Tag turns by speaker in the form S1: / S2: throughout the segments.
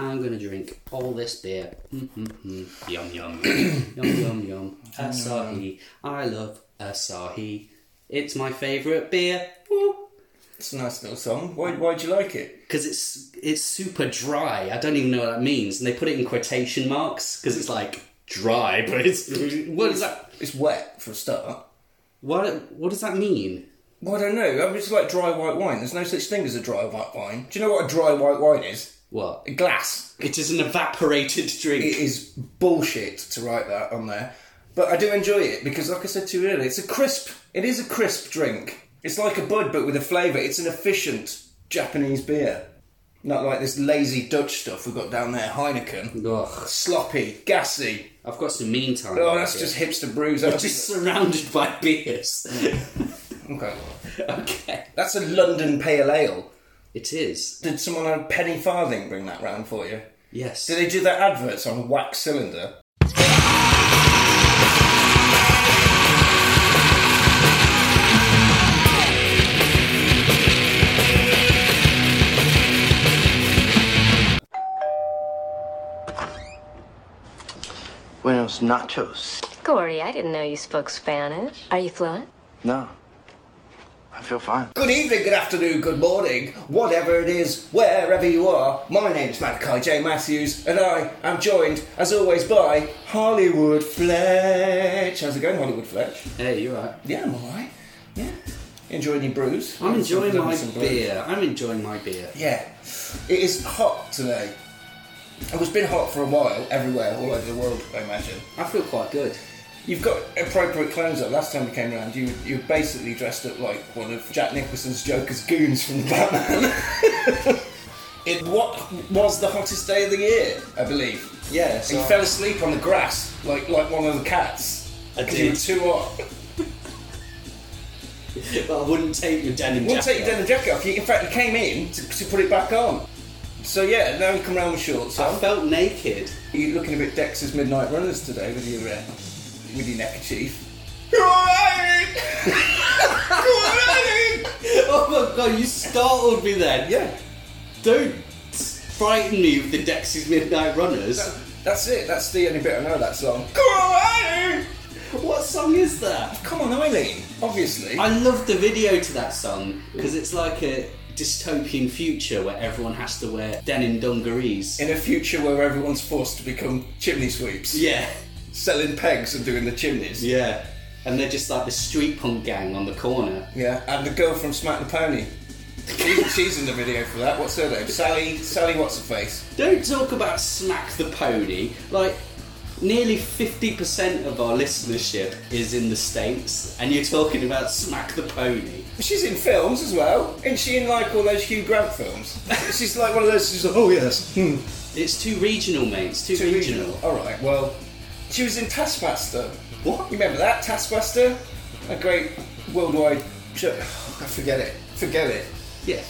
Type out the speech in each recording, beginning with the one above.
S1: going to drink all this beer. Mm-hmm. Yum, yum. yum, yum, yum. Asahi. I love Asahi. It's my favourite beer.
S2: It's a nice little song. Why why'd you like it?
S1: Because it's, it's super dry. I don't even know what that means. And they put it in quotation marks because it's like dry, but it's. What is that?
S2: It's wet for a start.
S1: What, what does that mean?
S2: Well, I don't know. I mean, it's like dry white wine. There's no such thing as a dry white wine. Do you know what a dry white wine is?
S1: What?
S2: A glass.
S1: It is an evaporated drink.
S2: It is bullshit to write that on there. But I do enjoy it because, like I said to you earlier, it's a crisp. It is a crisp drink. It's like a bud, but with a flavour. It's an efficient Japanese beer. Not like this lazy Dutch stuff we've got down there, Heineken.
S1: Ugh.
S2: Sloppy, gassy.
S1: I've got some meantime.
S2: Oh, that's just hipster brews. That's
S1: just surrounded by beers.
S2: okay.
S1: okay.
S2: That's a London pale ale.
S1: It is.
S2: Did someone on a penny farthing bring that round for you?
S1: Yes.
S2: Do they do their adverts on a wax cylinder?
S3: Buenos nachos.
S4: Corey, I didn't know you spoke Spanish. Are you fluent?
S3: No. I feel fine.
S2: Good evening, good afternoon, good morning, whatever it is, wherever you are. My name's Malachi J. Matthews, and I am joined, as always, by Hollywood Fletch. How's it going, Hollywood Fletch?
S1: Hey, you're right.
S2: Yeah, I'm alright. Yeah. Enjoying your brews?
S1: I'm enjoying
S2: Having
S1: my
S2: some brews.
S1: beer. I'm enjoying my beer.
S2: Yeah. It is hot today. It's been hot for a while, everywhere, all over the world, I imagine.
S1: I feel quite good.
S2: You've got appropriate clothes up. Last time we came round, you you were basically dressed up like one of Jack Nicholson's Joker's goons from the Batman. it what was the hottest day of the year, I believe.
S1: Yeah.
S2: And you fell asleep on the grass like like one of the cats.
S1: I
S2: Because you were
S1: did.
S2: too hot.
S1: but I wouldn't take your denim
S2: We'll
S1: jacket.
S2: take your denim jacket off. You, in fact, you came in to, to put it back on. So yeah, now you come round with shorts
S1: I
S2: on.
S1: felt naked.
S2: You're looking a bit Dexter's Midnight Runners today with your uh, with your neckerchief. You're alright! You're alright!
S1: Oh my god, you startled me then.
S2: Yeah,
S1: Don't frighten me with the Dexys Midnight Runners.
S2: that's it. That's the only bit I know that song.
S1: What song is that?
S2: Come on, Eileen. Obviously.
S1: I love the video to that song because it's like a dystopian future where everyone has to wear denim dungarees.
S2: In a future where everyone's forced to become chimney sweeps,
S1: Yeah,
S2: selling pegs and doing the chimneys.
S1: yeah. And they're just like the street punk gang on the corner.
S2: Yeah, And the girl from Smack the Pony. She's- She's in the video for that. What's her name? Sally. Sally. What's her face?
S1: Don't talk about Smack the Pony. Like, nearly 50% of our listenership is in the States, and you're talking about Smack the Pony.
S2: She's in films as well. Isn't she in like all those Hugh Grant films? she's like one of those. She's like, oh yes. Hmm.
S1: It's too regional, mate. It's too,
S2: Too
S1: regional.
S2: All right. Well, she was in Taskmaster.
S1: What?
S2: You remember that Taskmaster? A great worldwide. Show. I forget it. Forget it.
S1: Yeah.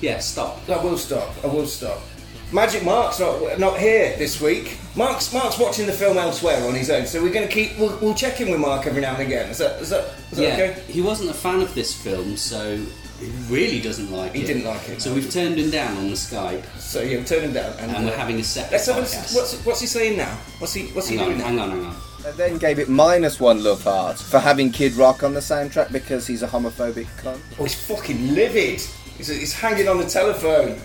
S1: Yeah, stop.
S2: I will stop. I will stop. Magic Mark's not not here this week. Mark's Mark's watching the film elsewhere on his own, so we're going to keep. We'll, we'll check in with Mark every now and again. Is that is that, is that
S1: yeah,
S2: okay?
S1: he wasn't a fan of this film, so he really doesn't like
S2: He
S1: it.
S2: didn't like it,
S1: So
S2: no.
S1: we've turned him down on the Skype,
S2: So yeah, we'll turn him down. And,
S1: and we're
S2: uh,
S1: having a separate
S2: Let's have a,
S1: podcast.
S2: what's what's he saying now? What's he what's he
S1: hang on,
S2: doing now?
S1: hang on, hang on.
S5: I then gave it minus one love heart for having Kid Rock on the soundtrack because he's a homophobic cunt.
S2: Oh, he's fucking livid. He's, he's hanging on the telephone.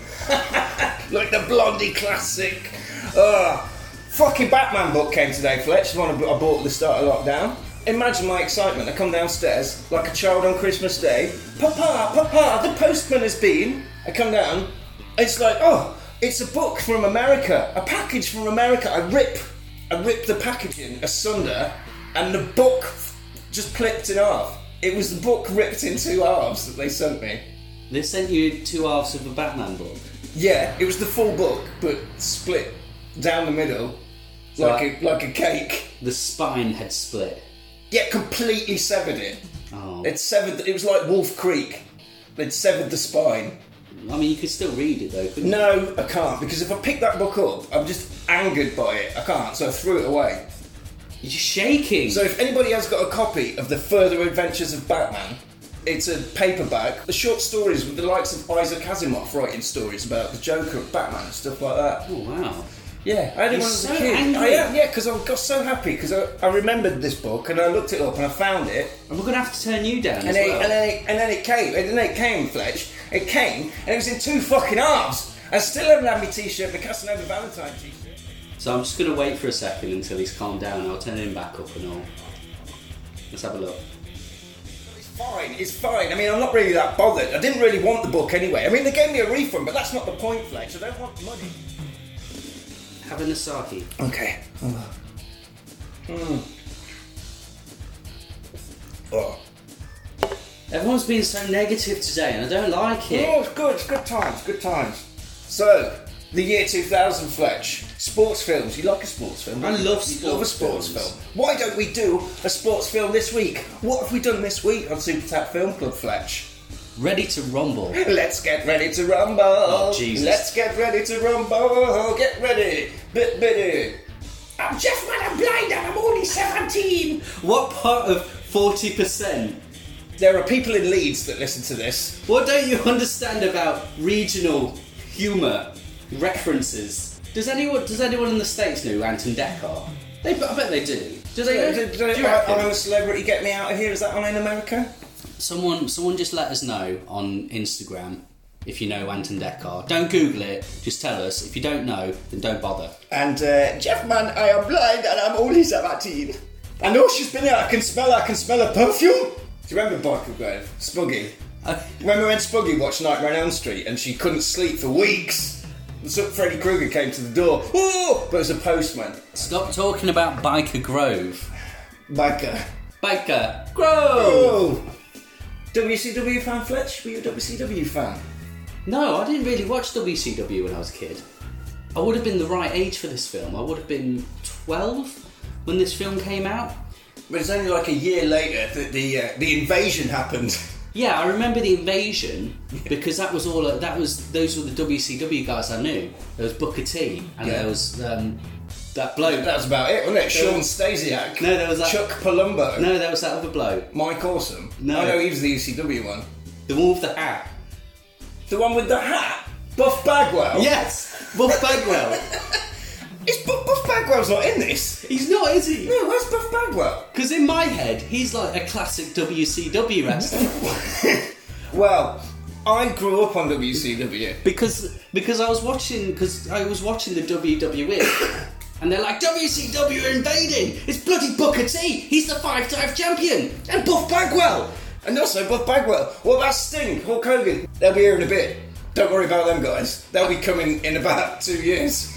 S2: like the Blondie classic. Ugh. Fucking Batman book came today, Fletch. The one I b- I bought at the start of lockdown. Imagine my excitement. I come downstairs like a child on Christmas Day. Papa, Papa, the postman has been. I come down. It's like, oh, it's a book from America. A package from America. I rip, I rip the packaging asunder, and the book just flipped in half. It was the book ripped in two halves that they sent me.
S1: They sent you two halves of a Batman book.
S2: Yeah, it was the full book, but split down the middle, like a, like a cake.
S1: The spine had split.
S2: Yeah, completely severed it.
S1: Oh.
S2: It severed. It was like Wolf Creek. They'd severed the spine.
S1: I mean, you could still read it though, couldn't you?
S2: No, I can't because if I pick that book up, I'm just angered by it. I can't, so I threw it away.
S1: You're shaking.
S2: So if anybody has got a copy of the Further Adventures of Batman, it's a paperback. The short stories with the likes of Isaac Asimov writing stories about the Joker, Batman, and stuff like that.
S1: oh wow.
S2: Yeah, I had
S1: He's
S2: it when I was
S1: so
S2: a kid. I
S1: angry.
S2: am, yeah, because I got so happy because I, I remembered this book and I looked it up and I found it
S1: And we're going to have to turn you down
S2: and,
S1: as
S2: it,
S1: well.
S2: and then it, and then it came and then it came Fletch. It came and it was in two fucking halves. I still haven't had my T-shirt, my Casanova Valentine T-shirt.
S1: so I'm just going to wait for a second until he's calmed down. I'll turn him back up and all. Let's have a look.
S2: It's fine. It's fine. I mean, I'm not really that bothered. I didn't really want the book anyway. I mean, they gave me a refund, but that's not the point, Fletch. I don't want money.
S1: Have an Asahi.
S2: Okay. Oh. Mm. Oh.
S1: Everyone's been so negative today and I don't like it.
S2: Oh, it's good. It's good times. Good times. So, the year 2000, Fletch. Sports films. You like a sports film? don't
S1: I
S2: you?
S1: love
S2: You
S1: sports
S2: love a sports
S1: films.
S2: film. Why don't we do a sports film this week? What have we done this week on Super Tap Film Club, Fletch?
S1: Ready to rumble.
S2: Let's get ready to rumble.
S1: Oh, Jesus.
S2: Let's get ready to rumble. Get ready. Bit bitty. I'm just when I'm blind and I'm only 17.
S1: What part of 40%?
S2: There are people in Leeds that listen to this.
S1: What don't you understand about regional humour references? Does anyone does anyone in the States know who Anton Deck are? They, I bet they do. Do they know?
S2: Did- did-
S1: do you reckon?
S2: I'm a celebrity. Get me out of here. Is that on in America?
S1: Someone, someone just let us know on Instagram if you know Anton Deckard. Don't Google it. Just tell us. If you don't know, then don't bother.
S2: And uh, Jeff, man, I am blind and I'm only 17. I know she's been here. I can smell. I can smell her perfume. Do you remember Barker Grove? Spuggy.
S1: Uh,
S2: Remember when Spuggy watched Nightmare on Elm Street and she couldn't sleep for weeks? So Freddy Krueger came to the door. Oh! But it was a postman.
S1: stop talking about Biker Grove.
S2: Biker.
S1: Biker Grove.
S2: Oh! WCW fan, Fletch? Were you a WCW fan?
S1: No, I didn't really watch WCW when I was a kid. I would have been the right age for this film. I would have been 12 when this film came out.
S2: But it's only like a year later that the, uh, the invasion happened.
S1: Yeah, I remember the invasion because that was all. That was those were the WCW guys I knew. There was Booker T and
S2: Yeah.
S1: there was um, that bloke.
S2: That was about it, wasn't it? Sean Stasiak.
S1: No, there was that-
S2: Chuck Palumbo.
S1: No, there was that other bloke,
S2: Mike Awesome.
S1: No.
S2: I know he was the UCW one.
S1: the one with the hat.
S2: The one with the hat? Buff Bagwell?
S1: Yes, Buff Bagwell.
S2: Is Buff, Buff Bagwell's not in this?
S1: He's not, is he?
S2: No, where's Buff Bagwell?
S1: Because in my head, he's like a classic WCW wrestler.
S2: Well, I grew up on WCW.
S1: because because I was watching because I was watching the WWE. And they're like, WCW are invading! It's bloody Booker T! He's the five-time champion! And Buff Bagwell!
S2: And also Buff Bagwell. What about Sting, Hulk Hogan? They'll be here in a bit. Don't worry about them guys. They'll be coming in about two years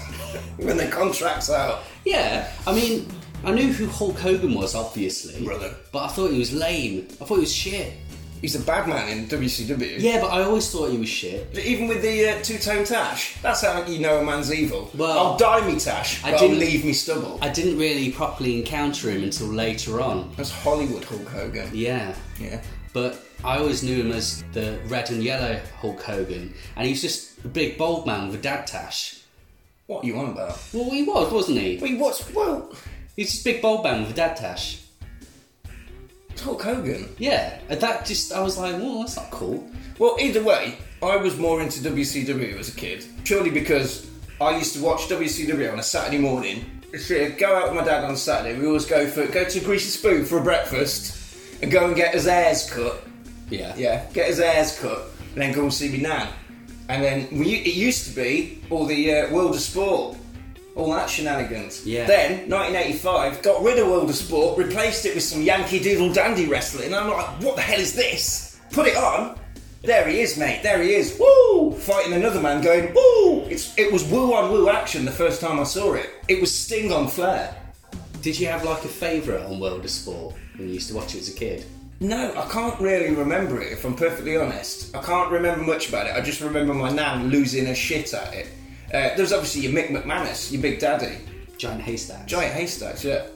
S2: when their contract's out.
S1: Yeah, I mean, I knew who Hulk Hogan was, obviously.
S2: Brother.
S1: But I thought he was lame. I thought he was shit.
S2: He's a bad man in WCW.
S1: Yeah, but I always thought he was shit.
S2: Even with the uh, two-tone tash, that's how you know a man's evil.
S1: Well,
S2: I'll dye me tash,
S1: I
S2: but I'll
S1: didn't-
S2: leave me stubble.
S1: I didn't really properly encounter him until later on.
S2: That's Hollywood Hulk Hogan.
S1: Yeah.
S2: Yeah.
S1: But I always knew him as the red and yellow Hulk Hogan. And he was just a big bald man with a dad tash.
S2: What are you on about?
S1: Well, he was, wasn't he?
S2: Wait, what's well?
S1: He's just a big bald man with a dad tash.
S2: It's Hulk Hogan.
S1: Yeah. And that just, I was like, well, that's not cool.
S2: Well, either way, I was more into WCW as a kid, purely because I used to watch WCW on a Saturday morning. So I'd go out with my dad on Saturday. We always go for go to Greasy Spoon for a breakfast, and go and get his hairs cut.
S1: Yeah.
S2: Yeah, get his hairs cut, and then go and see me nan. And then we, it used to be all the uh, World of Sport, all that shenanigans.
S1: Yeah.
S2: Then 1985 got rid of World of Sport, replaced it with some Yankee Doodle Dandy wrestling. And I'm like, what the hell is this? Put it on. There he is, mate. There he is. Woo! Fighting another man, going woo! It's, it was woo on woo action the first time I saw it. It was Sting on Flair.
S1: Did you have like a favourite on World of Sport when you used to watch it as a kid?
S2: No, I can't really remember it, if I'm perfectly honest. I can't remember much about it. I just remember my nan losing her shit at it. Uh, there was obviously your Mick McManus, your big daddy.
S1: Giant haystacks.
S2: Giant haystacks, yeah.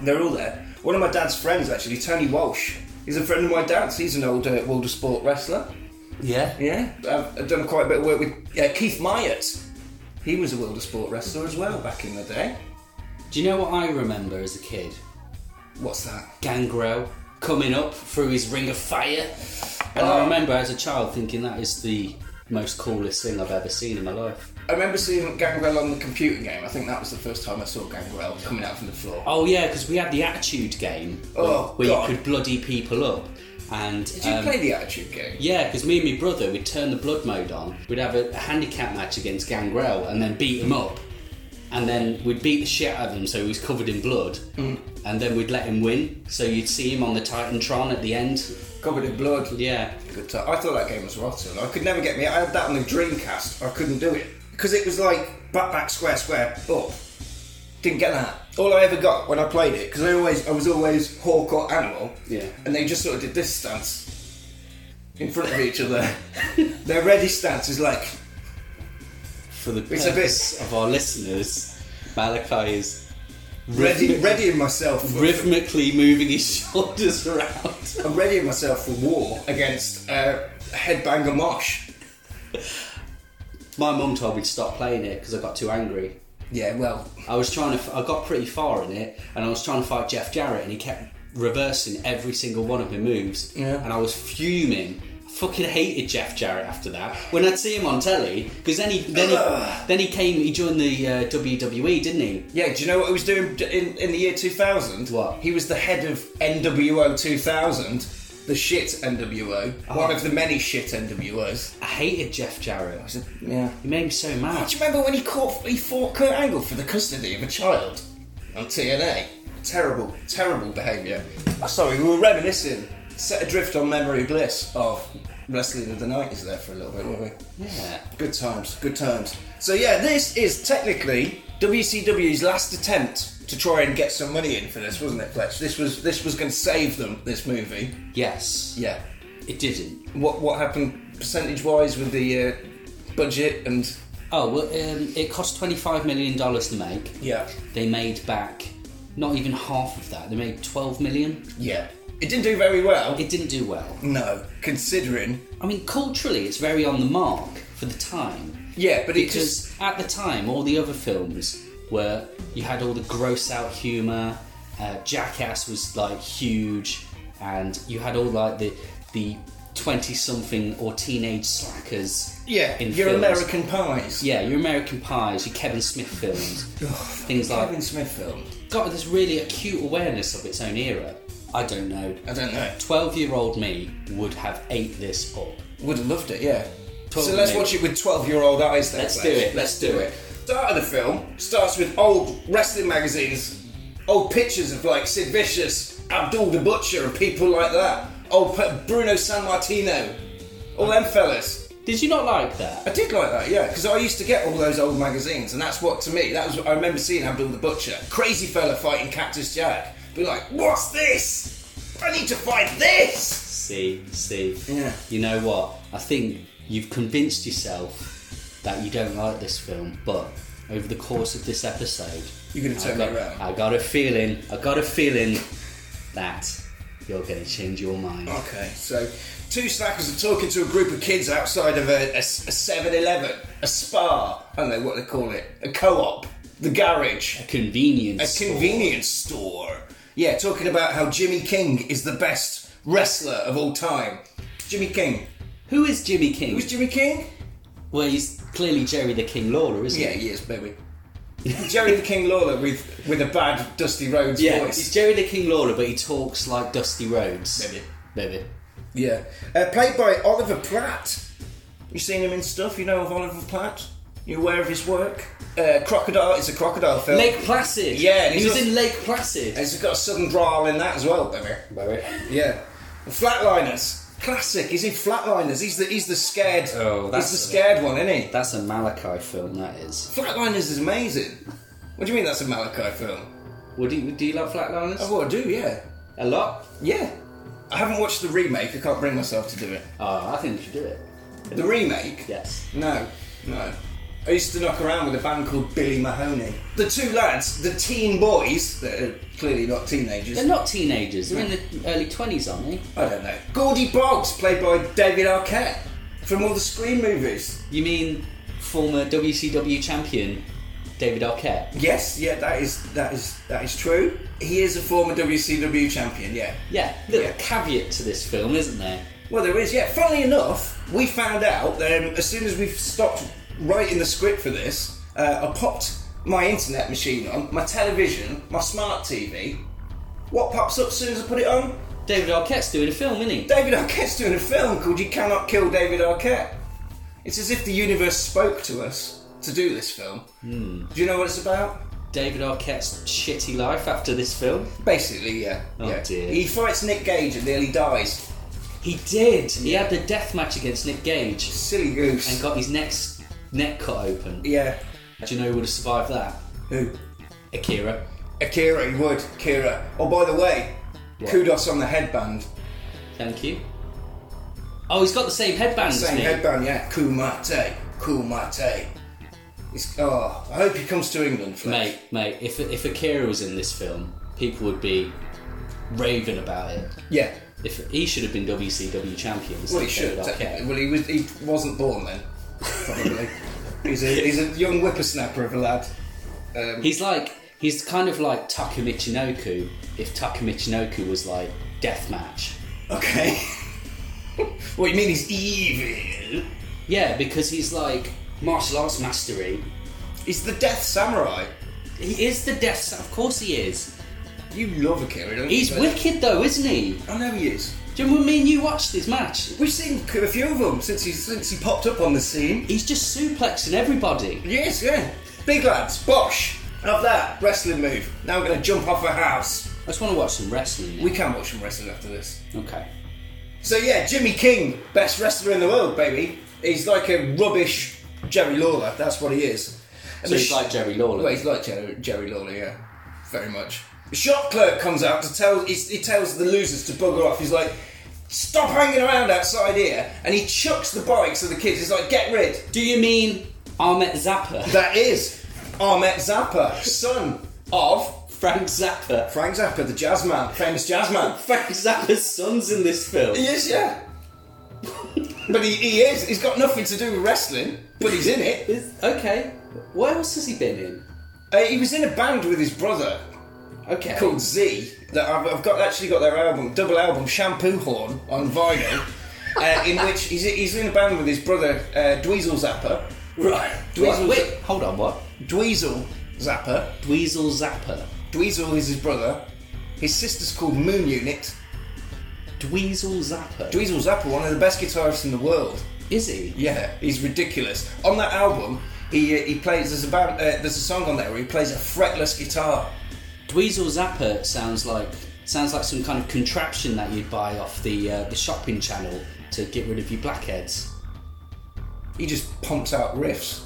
S2: They're all there. One of my dad's friends, actually, Tony Walsh. He's a friend of my dad's. He's an old uh, World of Sport wrestler.
S1: Yeah.
S2: Yeah. I've, I've done quite a bit of work with uh, Keith Myatt. He was a World of Sport wrestler as well back in the day.
S1: Do you know what I remember as a kid?
S2: What's that?
S1: Gangrel coming up through his ring of fire. And I remember as a child thinking that is the most coolest thing I've ever seen in my life.
S2: I remember seeing Gangrel on the computer game. I think that was the first time I saw Gangrel coming out from the floor.
S1: Oh yeah, because we had the Attitude game where-
S2: Oh,
S1: where
S2: God.
S1: you could bloody people up. And
S2: Did you
S1: um,
S2: play the Attitude game?
S1: Yeah, because me and my brother, we'd turn the blood mode on, we'd have a, a handicap match against Gangrel and then beat him up. And then we'd beat the shit out of him so he was covered in blood.
S2: Mm.
S1: And then we'd let him win. So you'd see him on the Titantron at the end.
S2: Covered in blood.
S1: Yeah.
S2: Good time. I thought that game was rotten. I could never get me. I had that on the Dreamcast. I couldn't do it because it was like back, back, square, square, up. Didn't get that. All I ever got when I played it because I always I was always hawk or animal.
S1: Yeah.
S2: And they just sort of did this stance in front of each other. Their ready stance is like
S1: For the
S2: It's a bit-
S1: purpose of our listeners, Malachi is
S2: ready,
S1: rhythmi-
S2: readying myself. For,
S1: rhythmically moving his shoulders around.
S2: I'm readying myself for war against uh, headbanger Mosh.
S1: My mum told me to stop playing it because I got too angry.
S2: Yeah. Well,
S1: I was trying to. I got pretty far in it, and I was trying to fight Jeff Jarrett, and he kept reversing every single one of my moves.
S2: Yeah.
S1: And I was fuming. I fucking hated Jeff Jarrett after that. When I'd see him on telly, because then he then he, then he came. He joined the uh, WWE, didn't he?
S2: Yeah, do you know what he was doing d- in, in the year 2000?
S1: What?
S2: He was the head of NWO 2000, the shit NWO, one of the many shit NWOs.
S1: I hated Jeff Jarrett.
S2: Yeah.
S1: He made me so
S2: Do
S1: mad.
S2: you remember when he caught he fought Kurt Angle for the custody of a child on TNA? Terrible, terrible behaviour. Oh, sorry, we were reminiscing, set adrift on memory bliss of wrestling of the 90s there for a little bit, weren't we?
S1: Yeah.
S2: Good times, good times. So yeah, this is technically WCW's last attempt to try and get some money in for this, wasn't it, Fletch? This was this was going to save them. This movie.
S1: Yes.
S2: Yeah.
S1: It didn't.
S2: What what happened percentage wise with the uh, budget and
S1: Oh well, um, it cost twenty five million dollars to make.
S2: yeah
S1: They made back not even half of that. They made twelve million.
S2: yeah it didn't do very well.
S1: It didn't do well.
S2: no, considering
S1: I mean, culturally, it's very on the mark for the time.
S2: yeah, but it just
S1: Because at the time, all the other films were you had all the gross out humour, uh, Jackass was like huge, and you had all like the the twenty something or teenage slackers.
S2: yeah
S1: in
S2: your
S1: films.
S2: American pies.
S1: Yeah, your American Pies, your Kevin Smith films, Oh, things like
S2: Kevin Smith film.
S1: got this really acute awareness of its own era. I don't know.
S2: I don't know.
S1: Twelve year old me would have ate this up.
S2: Would have loved it, yeah.
S1: Totally.
S2: So let's watch it with 12 year old eyes then.
S1: Let's
S2: Fletch.
S1: do it, let's do it.
S2: Start of the film starts with old wrestling magazines, old pictures of like Sid Vicious, Abdul the Butcher, and people like that. Old pe- Bruno San Martino, all them fellas.
S1: Did you not like that?
S2: I did like that, yeah, because I used to get all those old magazines, and that's what to me, that was I remember seeing Abdul the Butcher, crazy fella fighting Cactus Jack. Be like, what's this? I need to find this!
S1: See, see.
S2: Yeah.
S1: You know what? I think you've convinced yourself that you don't like this film, but over the course of this episode,
S2: You're gonna
S1: I
S2: turn
S1: got,
S2: me around.
S1: I got a feeling, I got a feeling that you're going to change your mind.
S2: Okay, so two slackers are talking to a group of kids outside of a, a, 7 Eleven, a spa, I don't know what they call it, a co op, the garage,
S1: Convenience.
S2: a
S1: store.
S2: convenience store. Yeah, talking about how Jimmy King is the best wrestler of all time. Jimmy King.
S1: Who is Jimmy King?
S2: Who's Jimmy King?
S1: well, he's clearly Jerry the King Lawler, isn't
S2: Yeah,
S1: he?
S2: he is, baby. Jerry the King Lawler with, with a bad Dusty Rhodes
S1: Yeah, he's
S2: voice.
S1: Jerry the King Lawler, but he talks like Dusty Rhodes.
S2: Maybe.
S1: Maybe.
S2: Yeah. Uh, played by Oliver Platt. You seen him in stuff? You know of Oliver Platt? You aware of his work? Uh, crocodile. It's a crocodile film.
S1: Lake Placid.
S2: Yeah, and
S1: he
S2: he's
S1: was
S2: also-
S1: in Lake Placid.
S2: It's got a sudden drawl in that as well, baby. Yeah. Flatliners. Classic. He's in Flatliners. He's the he's the scared.
S1: Oh,
S2: he's
S1: that's-
S2: the scared one, isn't he?
S1: That's a Malachi film. That is.
S2: Flatliners is amazing. What do you mean that's a Malachi film?
S1: Would you, do you like Flatliners?
S2: Oh, I do. Yeah.
S1: A lot?
S2: Yeah. I haven't watched the remake. I can't bring myself to do it.
S1: Oh, I think you should do it.
S2: The remake.
S1: Yes.
S2: No, no. I used to knock around with a band called Billy Mahoney. The two lads, the teen boys, that are clearly not teenagers.
S1: They're not teenagers, they're in the early 20s, aren't they?
S2: I don't know. Gordy Boggs, played by David Arquette from all the Scream movies.
S1: You mean former WCW champion David Arquette?
S2: Yes, yeah, that is that is that is true. He is a former WCW champion. Yeah,
S1: Yeah, little
S2: Yeah.
S1: caveat to this film, isn't there?
S2: Well, there is, yeah. Funnily enough, we found out that um, as soon as we stopped writing the script for this, uh, I popped my internet machine on, my television, my smart TV. What pops up as soon as I put it on?
S1: David Arquette's doing a film, isn't he?
S2: David Arquette's doing a film called You Cannot Kill David Arquette. It's as if the universe spoke to us to do this film.
S1: Hmm.
S2: Do you know what it's about?
S1: David Arquette's shitty life after this film.
S2: Basically, yeah.
S1: Oh,
S2: yeah.
S1: dear.
S2: He fights Nick Gage and nearly dies.
S1: He did. He had the death match against Nick Gage
S2: Silly goose.
S1: and got his next neck cut open.
S2: yeah.
S1: Do you know who would have survived that?
S2: Who?
S1: Akira.
S2: Akira, he would. Akira. Oh, by the way,
S1: What?
S2: kudos on the headband.
S1: Thank you. Oh, he's got the same headband as
S2: Same
S1: me.
S2: headband, yeah. Kumate. Kumate. It's, oh, I hope he comes to England, Fletch.
S1: Mate, mate, if, if Akira was in this film, people would be raving about it.
S2: Yeah.
S1: If he should have been WCW champion. instead
S2: Well, he
S1: of
S2: should.
S1: David Arquette.
S2: technically. Well, he, was, he wasn't born then, probably. he's, a, he's a young whippersnapper of a lad.
S1: He's like he's kind of like Taka Michinoku if Taka Michinoku was like deathmatch.
S2: Okay. what, you mean he's evil?
S1: Yeah, because he's like martial arts mastery.
S2: He's the death samurai.
S1: He is the death. sa- Of course he is.
S2: You love Akira, don't
S1: He's
S2: you?
S1: wicked though, isn't he?
S2: I know he is.
S1: Do you remember me and you watched this match?
S2: We've seen a few of them since he, since he popped up on the scene.
S1: He's just suplexing everybody.
S2: Yes, yeah. Big lads, bosh. Have that wrestling move. Now we're gonna jump off a house.
S1: I just want to watch some wrestling.
S2: We can watch some wrestling after this.
S1: now. okay.
S2: So yeah, Jimmy King, best wrestler in the world, baby. He's like a rubbish Jerry Lawler. That's what he is. And
S1: So
S2: the
S1: he's
S2: sh-
S1: like Jerry Lawler.
S2: Well, he's like Jerry, Jerry Lawler, yeah, very much. The shop clerk comes out to tell. he's- He tells the losers to bugger off. He's like. Stop hanging around outside here, and he chucks the bikes at the kids. He's like, "Get rid!"
S1: Do you mean Ahmet Zappa?
S2: That is Ahmet Zappa, son of
S1: Frank Zappa.
S2: Frank Zappa, the jazz man, famous jazz man.
S1: Frank Zappa's son's in this film.
S2: He is, yeah. but he, he is. He's got nothing to do with wrestling, but he's in it.
S1: Is- Okay. What else has he been in?
S2: Uh, he was in a band with his brother
S1: Okay.
S2: called Z. That I've, I've got actually got their album, double album, Shampoo Horn on vinyl. Uh, in which he's, he's in a band with his brother uh, Dweezil Zappa.
S1: Right. Right,
S2: Dweezil-
S1: Wait, hold on, what?
S2: Dweezil Zappa.
S1: Dweezil Zapper.
S2: Dweezil is his brother. His sister's called Moon Unit.
S1: Dweezil Zapper.
S2: Dweezil Zappa, one of the best guitarists in the world.
S1: is he?
S2: Yeah, he's ridiculous. On that album, he uh, he plays. There's a band, uh, there's a song on there where he plays a fretless guitar.
S1: Dweezil Zapper sounds like sounds like some kind of contraption that you'd buy off the uh, the shopping channel to get rid of your blackheads.
S2: He just pumps out riffs.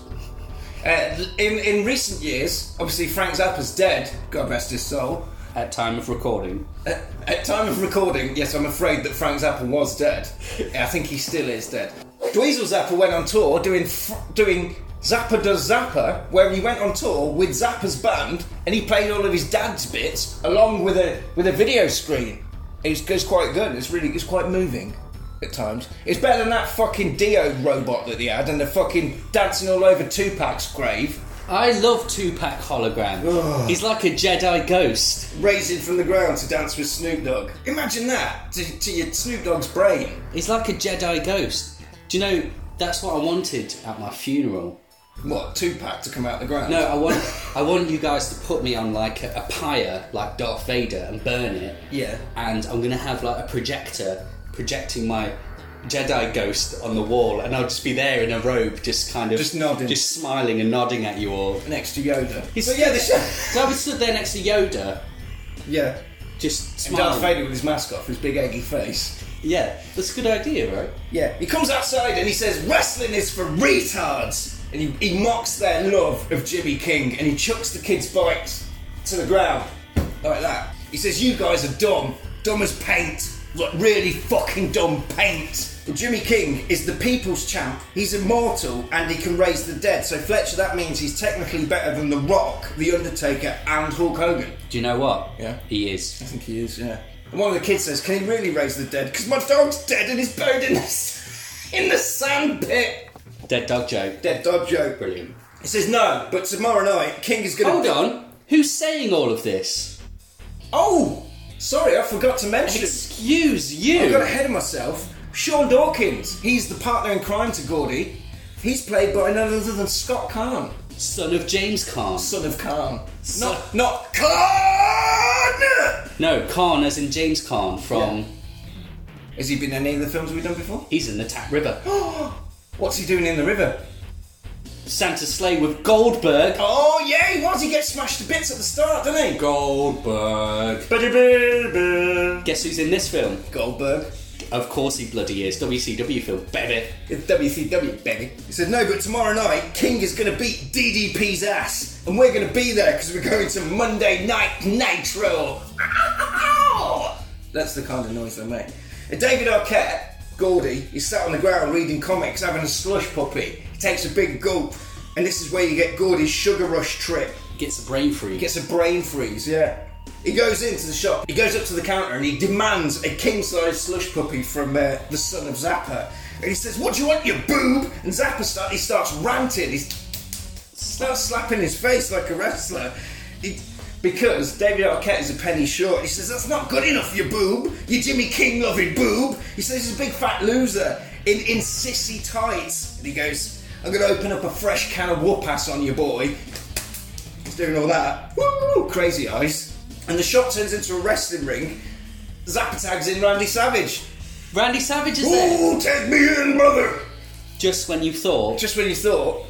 S2: Uh, in in recent years, obviously Frank Zappa's dead. God rest his soul.
S1: At time of recording.
S2: Uh, at time of recording, yes, I'm afraid that Frank Zappa was dead. Yeah, I think he still is dead. Dweezil Zappa went on tour doing fr- doing Zappa Does Zappa, where he went on tour with Zappa's band and he played all of his dad's bits along with a with a video screen. It's, it's quite good. It's really it's quite moving at times. It's better than that fucking Dio robot that he had and the fucking dancing all over Tupac's grave,
S1: I love Tupac hologram. He's like a Jedi ghost.
S2: raising from the ground to dance with Snoop Dogg. Imagine that to, to your Snoop Dogg's brain.
S1: He's like a Jedi ghost. Do you know that's what I wanted at my funeral?
S2: What, two pack to come out the ground?
S1: No, I want I want you guys to put me on like a, a pyre, like Darth Vader, and burn it.
S2: Yeah.
S1: And I'm gonna have like a projector projecting my Jedi ghost on the wall, and I'll just be there in a robe, just kind of
S2: Just nodding.
S1: just smiling and nodding at you all.
S2: Next to Yoda.
S1: He's-
S2: so yeah, the
S1: So I was stood there next to Yoda,
S2: yeah.
S1: just
S2: And
S1: smiling.
S2: Darth Vader with his mask off, his big eggy face.
S1: Yeah, that's a good idea, right?
S2: Yeah. He comes outside and he says, "Wrestling is for retards," and he, he mocks their love of Jimmy King and he chucks the kids' bikes to the ground like that. He says, "You guys are dumb, dumb as paint." Like really fucking dumb paint. Jimmy King is the people's champ. He's immortal and he can raise the dead. So Fletcher, that means he's technically better than The Rock, The Undertaker, and Hulk Hogan.
S1: Do you know what?
S2: Yeah.
S1: He is.
S2: I think he is, yeah. And one of the kids says, Can he really raise the dead? Because my dog's dead and he's buried in the, s- in the sand pit.
S1: Dead dog joke.
S2: Dead dog joke.
S1: Brilliant.
S2: He says, No, but tomorrow night, King is going
S1: Hold
S2: to.
S1: on. Who's saying all of this?
S2: Oh! Sorry, I forgot to mention.
S1: Excuse you.
S2: I got ahead of myself. Sean Dawkins, he's the partner in crime to Gordy. He's played by none other than Scott Kahn,
S1: Son of James Khan.
S2: son of Kahn.
S1: Son-
S2: Not, not Kahn!
S1: No, Khan as in James Khan from.
S2: Has he been in any of the films we've done before?
S1: He's in the Tap River.
S2: What's he doing in the river?
S1: Santa's sleigh with Goldberg.
S2: Oh, yeah, he was. He gets smashed to bits at the start, doesn't he?
S1: Goldberg.
S2: Goldberg.
S1: Guess who's in this film?
S2: Goldberg.
S1: Of course he bloody is. WCW film, baby.
S2: It's WCW, baby. He said, no, but tomorrow night, King is going to beat DDP's ass. And we're going to be there because we're going to Monday Night Nitro. That's the kind of noise they make. And David Arquette, Goldie, is sat on the ground reading comics, having a slush puppy. He takes a big gulp. And this is where you get Gordy's sugar rush trip.
S1: Gets a brain freeze.
S2: gets a brain freeze. Yeah. He goes into the shop. He goes up to the counter and he demands a king-size slush puppy from uh, the son of Zappa. And he says, "What do you want, you boob?" And Zappa start, he starts ranting. He starts slapping his face like a wrestler. He, because David Arquette is a penny short. He says, "That's not good enough, you boob, you Jimmy King loving boob." He says, "He's a big fat loser in in sissy tights." And he goes, "I'm going to open up a fresh can of whoop ass on you, boy." He's doing all that. Woo! Crazy eyes. And the shot turns into a wrestling ring. Zappa tags in Randy Savage.
S1: Randy Savage is there.
S2: Ooh, take me in, mother!
S1: Just when you thought
S2: Just when you thought,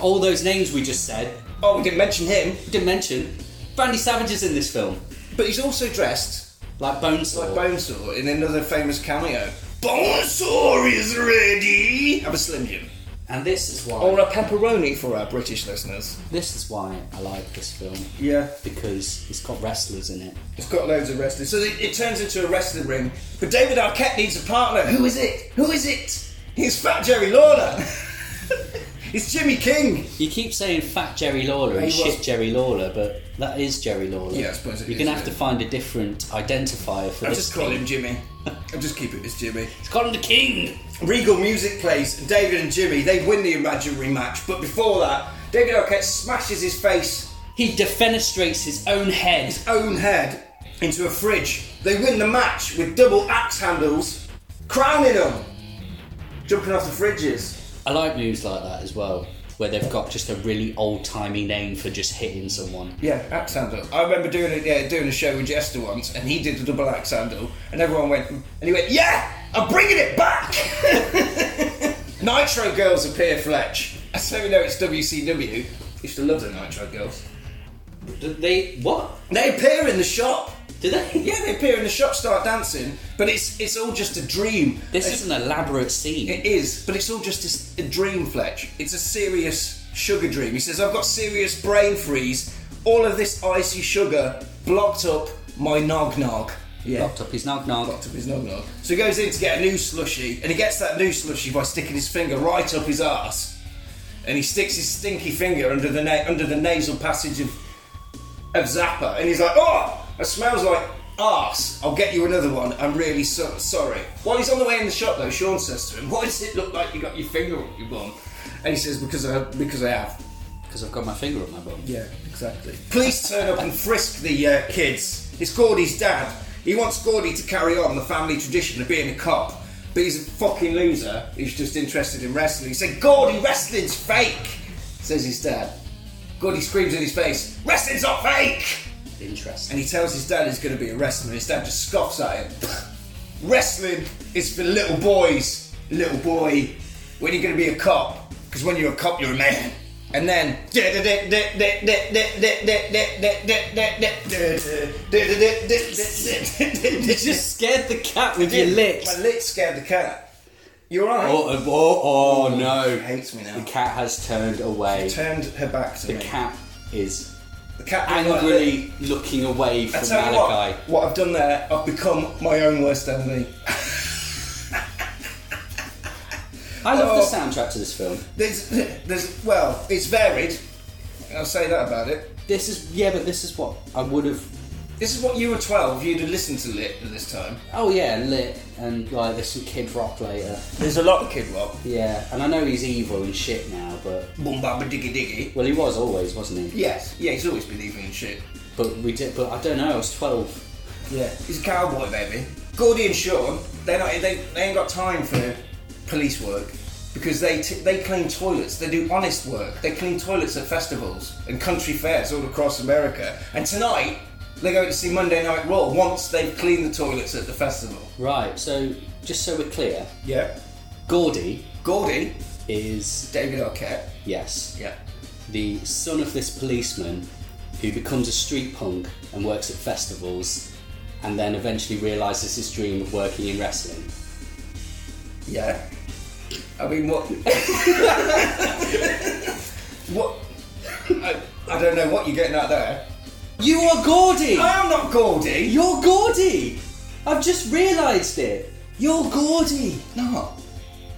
S1: all those names we just said,
S2: oh, we didn't mention him,
S1: didn't mention, Randy Savage is in this film.
S2: but he's also dressed
S1: Like Bonesaw.
S2: like Bonesaw in another famous cameo. Bonesaw is ready! Have a Slim Jim.
S1: and this is why.
S2: Or a pepperoni for our British listeners.
S1: This is why I like this film
S2: Yeah.
S1: because it's got wrestlers in it.
S2: It's got loads of wrestlers. So it, it turns into a wrestling ring. But David Arquette needs a partner. Who is it? Who is it? He's Fat Jerry Lawler. it's Jimmy King.
S1: You keep saying fat Jerry Lawler and
S2: He was-
S1: shit Jerry Lawler, but that is Jerry Lawler.
S2: Yeah, I suppose it
S1: You're
S2: is,
S1: gonna have
S2: yeah.
S1: to find a different identifier for
S2: I'll
S1: this.
S2: just call
S1: thing.
S2: him Jimmy. I'll just keep it as Jimmy.
S1: Just call him the King.
S2: Regal music plays, and David and Jimmy, they win the imaginary match. But before that, David Arquette smashes his face,
S1: He defenestrates his own head.
S2: own head, into a fridge. They win the match with double axe handles, crowning them, jumping off the fridges.
S1: I like moves like that as well, where they've got just a really old timey name for just hitting someone.
S2: Yeah, axe handle. I remember doing a, yeah, doing a show with Jester once, and he did a double axe handle, and everyone went, and he went, "Yeah, I'm bringing it back." Nitro Girls appear, Fletch. I so we know it's WCW. Used to love the Nitro Girls.
S1: Do they what?
S2: They appear in the shop.
S1: Do they?
S2: Yeah, they appear in the shop, start dancing, but it's it's all just a dream.
S1: This
S2: It's-
S1: is an elaborate scene.
S2: it is, but it's all just a s- a, dream, Fletch. It's a serious sugar dream. He says, I've got serious brain freeze. All of this icy sugar blocked up my nog nog. Yeah.
S1: Locked up his nog nog.
S2: Blocked up his nog nog. So he goes in to get a new slushy, and he gets that new slushy by sticking his finger right up his arse. And he sticks his stinky finger under the na- under the nasal passage of of Zappa, and he's like, "Oh, that smells like arse. I'll get you another one. I'm really so- sorry." While he's on the way in the shop, though, Sean says to him, "Why does it look like you got your finger up your bum?" And he says, "Because I because I have."
S1: Because I've got my finger up my bum.
S2: Yeah, exactly. Police turn up and frisk the uh, kids. It's Gordy's dad. He wants Gordy to carry on the family tradition of being a cop, but he's a fucking loser who's just interested in wrestling. He said, Gordy, wrestling's fake, says his dad. Gordy screams in his face, Wrestling's not fake!
S1: Interesting.
S2: And he tells his dad he's going to be a wrestler, and his dad just scoffs at him. Wrestling is for little boys. Little boy, when are you going to be a cop? Because when you're a cop, you're a man. And then.
S1: You just scared the cat with your lips.
S2: My lips scared the cat. You're right.
S1: Oh, oh, oh, oh, no.
S2: She hates me now.
S1: The cat has turned away.
S2: Turned her back to
S1: The
S2: me.
S1: cat is
S2: The cat didn't like it.
S1: angrily looking away
S2: I
S1: from
S2: tell you what,
S1: Malachi.
S2: what I've done there, I've become my own worst enemy.
S1: I love
S2: Oh.
S1: the soundtrack to this film.
S2: There's, there's, well, it's varied. I'll say that about it.
S1: This is, yeah, but this is what I would have.
S2: This is what you were 12, you'd have listened to Lit at this time.
S1: Oh, yeah, lit. And like, there's some kid rock later.
S2: There's a lot of Kid Rock.
S1: Yeah, and I know he's evil and shit now, but.
S2: Boom, baba, diggy, diggy.
S1: Well, he was always, wasn't he?
S2: Yes, yeah, he's always been evil and shit.
S1: But we did, but I don't know, I was 12.
S2: Yeah. He's a cowboy, baby. Gordy and Sean, they're not, they, they ain't got time for police work because they t- they clean toilets. They do honest work. They clean toilets at festivals and country fairs all across America. And tonight they're going to see Monday Night Raw once they've cleaned the toilets at the festival.
S1: Right, so just so we're clear,
S2: Yeah.
S1: Gordy
S2: Gordy,
S1: is,
S2: David Arquette.
S1: yes,
S2: Yeah.
S1: the son of this policeman who becomes a street punk and works at festivals and then eventually realises his dream of working in wrestling.
S2: Yeah. I mean, what? what? I, I don't know what you're getting at there.
S1: You are Gordy!
S2: I am not Gordy. You're
S1: You're Gordy! I've just realised it! You're Gordy!
S2: not.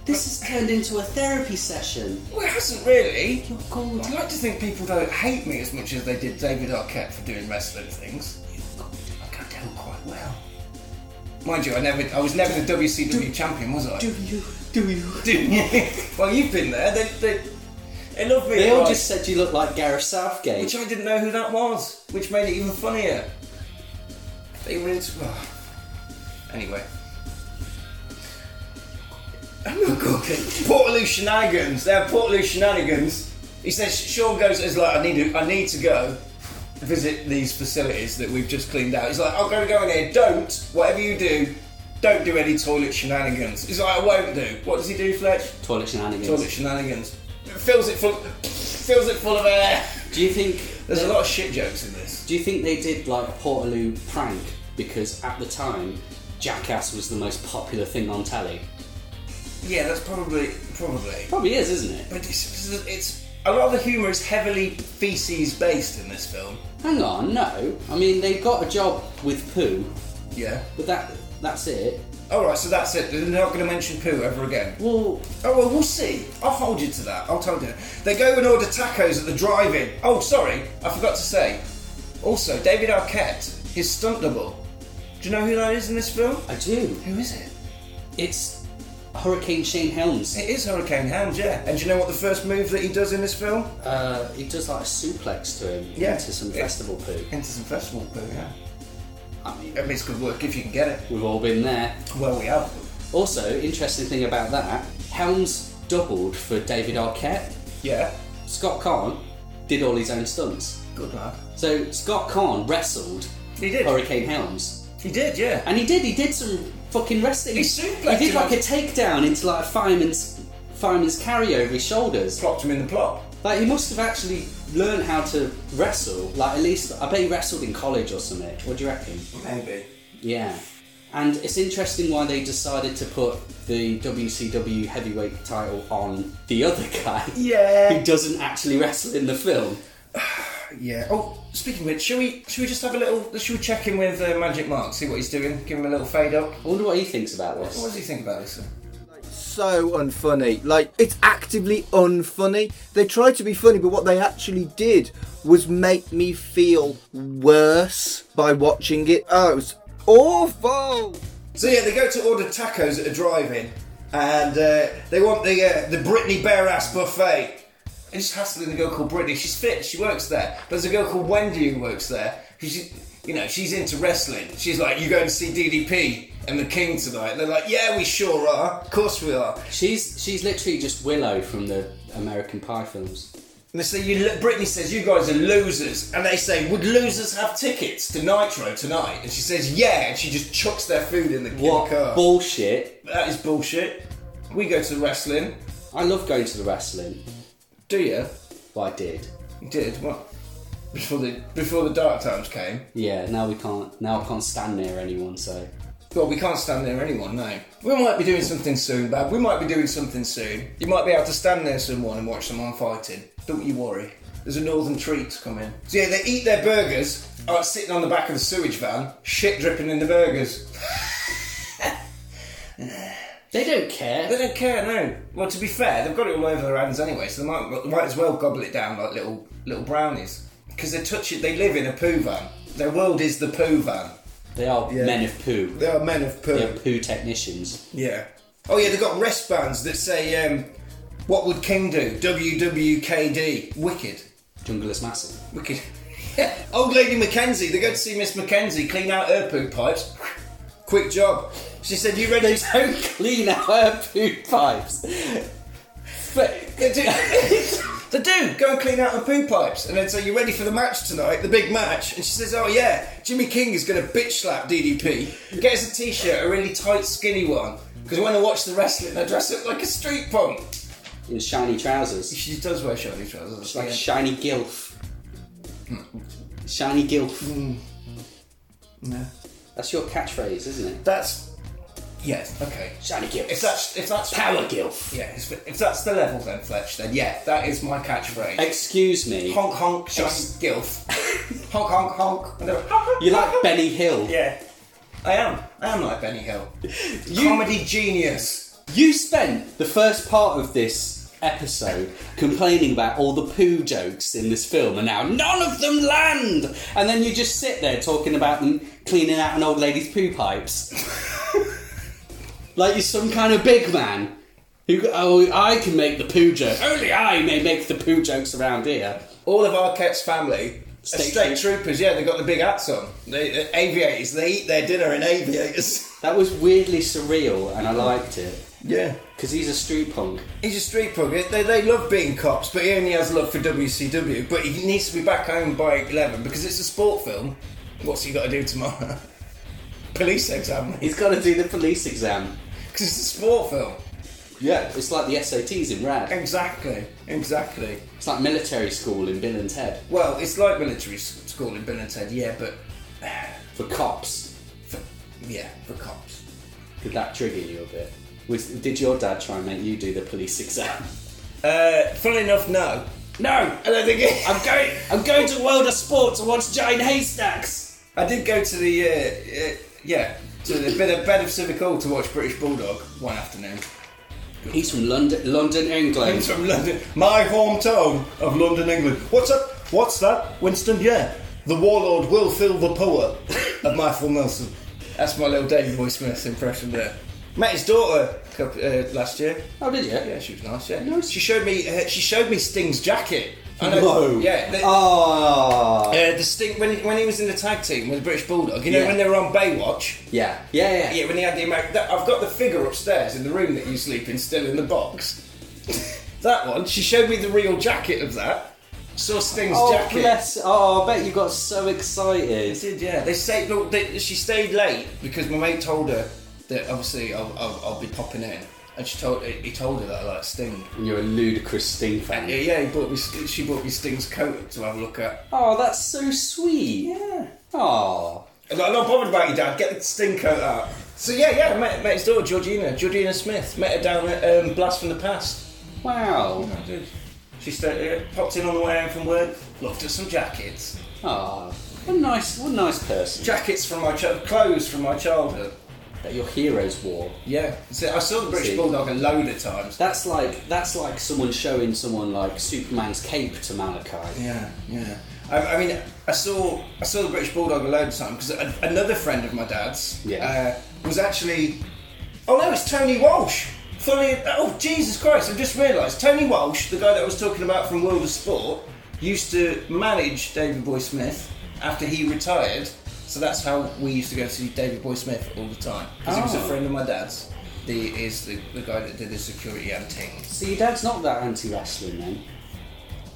S1: This has turned into a therapy session.
S2: Well, it hasn't really.
S1: You're Gordy.
S2: I'd like to think people don't hate me as much as they did David Arquette for doing wrestling things. I go down quite well. Mind you, I never, I was never the WCW champion, was I?
S1: Do you? Do you?
S2: well, you've been there. They, they, they love me.
S1: They all
S2: Like-
S1: just said you look like Gareth Southgate.
S2: Which I didn't know who that was, which made it even funnier. They were into. Oh. Anyway. I'm not good. Portaloo shenanigans. They're Portaloo shenanigans. He says Sean goes. Is like I need. To, I need to go visit these facilities that we've just cleaned out. He's like I'm going to go in here. Don't. Whatever you do, don't do any toilet shenanigans. He's like I won't do. What does he do, Fletch?
S1: Toilet shenanigans.
S2: Toilet shenanigans. Fills it full. Fills it full of air.
S1: Do you think
S2: There's a lot of shit jokes in this.
S1: Do you think they did like a Portaloo prank because at the time Jackass was the most popular thing on telly?
S2: Yeah, that's probably probably.
S1: Probably is, isn't it?
S2: But it's, it's, it's a lot of the humour is heavily feces based in this film.
S1: Hang on, no. I mean, they got a job with poo,
S2: Yeah.
S1: but that that's it.
S2: All right, so that's it. They're not going to mention poo ever again.
S1: Well,
S2: Oh well, we'll see. I'll hold you to that. I'll tell you. They go and order tacos at the drive-in. Oh, sorry, I forgot to say. Also, David Arquette, his stunt double. Do you know who that is in this film?
S1: I do.
S2: Who is it?
S1: It's Hurricane Shane Helms.
S2: It is Hurricane Hound, yeah. And do you know what the first move that he does in this film?
S1: Uh, he does like a suplex to him
S2: Yeah.
S1: into some
S2: Yeah.
S1: festival poo.
S2: Into some festival poo, yeah.
S1: I mean,
S2: At least good work if you can get it.
S1: we've all been there.
S2: Well, we have.
S1: Also, interesting thing about that, Helms doubled for David Arquette.
S2: Yeah.
S1: Scott Kahn did all his own stunts.
S2: Good lad.
S1: So Scott Kahn wrestled
S2: He did.
S1: Hurricane Helms,
S2: He did, yeah.
S1: and he did. He did some fucking wrestling.
S2: He suplexed
S1: He did
S2: him
S1: like
S2: on-
S1: a takedown into like a fireman's fireman's carry over his shoulders.
S2: Plopped him in the plop.
S1: Like he must have actually learned how to wrestle. Like at least I bet he wrestled in college or something. What do you reckon?
S2: Maybe.
S1: Yeah. And it's interesting why they decided to put the WCW heavyweight title on the other guy.
S2: Yeah.
S1: Who doesn't actually wrestle in the film.
S2: Yeah. Oh, speaking of which, should we should we just have a little? Should we check in with uh, Magic Mark, see what he's doing, give him a little fade up?
S1: I wonder what he thinks about this.
S2: What does he think about this? Then?
S5: so unfunny. Like it's actively unfunny. They tried to be funny, but what they actually did was make me feel worse by watching it. Oh, it was awful.
S2: So yeah, they go to order tacos at a drive-in, and uh, they want the uh, the Brittany Bare Ass buffet. And just hassling the girl called Brittany. She's fit. She works there. But there's a girl called Wendy who works there. She's you know she's into wrestling. She's like, you going to see DDP and the King tonight? they're like, yeah, we sure are. Of course we are.
S1: She's she's literally just Willow from the American Pie films.
S2: And they say, you, lo- Brittany says, you guys are losers. And they say, would losers have tickets to Nitro tonight? And she says, yeah. And she just chucks their food in the, in the
S1: What
S2: car.
S1: bullshit!
S2: that is bullshit. We go to wrestling.
S1: I love going to the wrestling.
S2: Do you?
S1: Well, I did.
S2: You did. What? Before the before the dark times came.
S1: Yeah. Now we can't. Now I can't stand near anyone. So
S2: Well, we can't stand near anyone, no. We might be doing something soon, Bab. We might be doing something soon. You might be able to stand near someone and watch someone fighting. Don't you worry. There's a northern treat coming. So yeah, they eat their burgers, are sitting on the back of the sewage van, shit dripping in the burgers.
S1: they don't
S2: They
S1: care.
S2: don't care, no. Well, to be fair, they've got it all over their hands anyway, so they might, might as well gobble it down like little little brownies. Because they touch it, they live in a poo van. Their world is the poo van.
S1: They are
S2: Yeah.
S1: men of poo.
S2: They are men of poo.
S1: They're poo technicians.
S2: Yeah. Oh yeah, they've got wristbands that say, um, "What would King do?" WWKD. Wicked.
S1: Jungle is massive.
S2: Wicked. Yeah. Old Lady Mackenzie. They go to see Miss Mackenzie clean out her poo pipes. Quick job. She said, "You ready?"
S1: They don't clean our food pipes. But-
S2: They do. they do. Go and clean out the poo pipes, and then say, "You ready for the match tonight? The big match?" And she says, "Oh yeah, Jimmy King is going to bitch slap DDP. Get us a t-shirt, a really tight, skinny one, because when I watch the wrestling, I dress up like a street punk."
S1: in shiny trousers.
S2: She does wear shiny trousers.
S1: It's like shiny gilf. Shiny gilf.
S2: Hmm. Yeah.
S1: That's your catchphrase, isn't it?
S2: That's yes. Okay.
S1: Shiny gilf.
S2: If that's if that's
S1: power gilf.
S2: Yeah. If if that's the level then, Fletch, then yeah, that is my catchphrase.
S1: Excuse me.
S2: honk honk, shiny
S1: Ex-
S2: gilf. honk honk honk. And they're like, honk, honk,
S1: You like
S2: honk.
S1: Benny Hill?
S2: Yeah. I am. I am like Benny Hill.
S1: You,
S2: Comedy genius.
S1: you spent the first part of this episode complaining about all the poo jokes in this film, and now none of them land. And then you just sit there talking about them cleaning out an old lady's poo pipes, like you're some kind of big man. Who, oh, I can make the poo joke. Only I may make the poo jokes around here.
S2: All of Arquette's family are
S1: State
S2: state troopers. Yeah, they got the big hats on. They they're aviators. They eat their dinner in aviators.
S1: That was weirdly surreal, and I liked it
S2: Yeah.
S1: because he's a street punk.
S2: He's a street punk. They, they love being cops, but he only has love for WCW. But he needs to be back home by 11 because it's a sport film. What's he got to do tomorrow? Police exam.
S1: He's got to do the police exam.
S2: Because it's a sport film.
S1: Yeah, it's like the SATs in Rad.
S2: Exactly. Exactly.
S1: It's like military school in Bill and Ted
S2: Well, it's like military s- school in Bill and Ted, yeah, but
S1: for cops.
S2: for, yeah, for cops.
S1: Did that trigger you a bit? Was, did your dad try and make you do the police exam?
S2: Uh, funnily enough, no.
S1: No,
S2: I don't think it.
S1: I'm going. I'm going to World of Sport to watch giant haystacks.
S2: I did go to the uh, uh, yeah to the bed of, bed of Civic Hall to watch British Bulldog one afternoon.
S1: He's from London, London,
S2: He's
S1: England.
S2: from London, my hometown of London, England. What's up? What's that, Winston? Yeah, the warlord will fill the power of Michael Nelson. That's my little David Boy Smith impression there. Met his daughter a couple- uh, last year.
S1: Oh, did you?
S2: Yeah, she was nice. Yeah,
S1: Nice.
S2: she showed me. Uh, she showed me Sting's jacket. I know-
S1: No.
S2: Yeah. the-
S1: Oh.
S2: Uh, the Sting when he, when he was in the tag team with the British Bulldog, you know
S1: Yeah.
S2: when they were on Baywatch.
S1: Yeah. Yeah. Yeah.
S2: Yeah, when he had the American. That, I've got the figure upstairs in the room that you sleep in, still in the box. that one. She showed me the real jacket of that. Saw Sting's
S1: Oh,
S2: jacket.
S1: bless. Oh, I bet you got so excited.
S2: She did, yeah. They say look, they, she stayed late because my mate told her that obviously I'll, I'll, I'll be popping in, and she told he told her that I like Sting.
S1: And you're a ludicrous Sting
S2: And yeah,
S1: fan.
S2: yeah, he bought me. She bought me Sting's coat to have a look at.
S1: Oh, that's so sweet.
S2: Yeah.
S1: Oh.
S2: I'm not, I'm not bothered about your dad. Get the stink out out. So yeah, yeah, I met, met his daughter Georgina, Georgina Smith. Met her down at um, Blast from the Past.
S1: Wow.
S2: I did. She stayed, uh, popped in on the way home from work. Looked at some jackets.
S1: Oh. What a nice. What a nice person.
S2: Jackets from my child, clothes from my childhood.
S1: that your heroes wore.
S2: Yeah, so I saw the British
S1: See.
S2: Bulldog a load of times.
S1: That's like that's like someone showing someone like Superman's cape to Malachi.
S2: Yeah, yeah. I, I mean, I saw I saw the British Bulldog a load of times because another friend of my dad's
S1: Yeah.
S2: uh, was actually. Oh no, it's Tony Walsh. Funny. Oh Jesus Christ! I've just realised Tony Walsh, the guy that I was talking about from World of Sport, used to manage David Boy Smith after he retired. So that's how we used to go see David Boy Smith all the time because he was a
S1: Oh.
S2: friend of my dad's. He is the, the guy that did the security and things.
S1: So your dad's not that anti-wrestling then.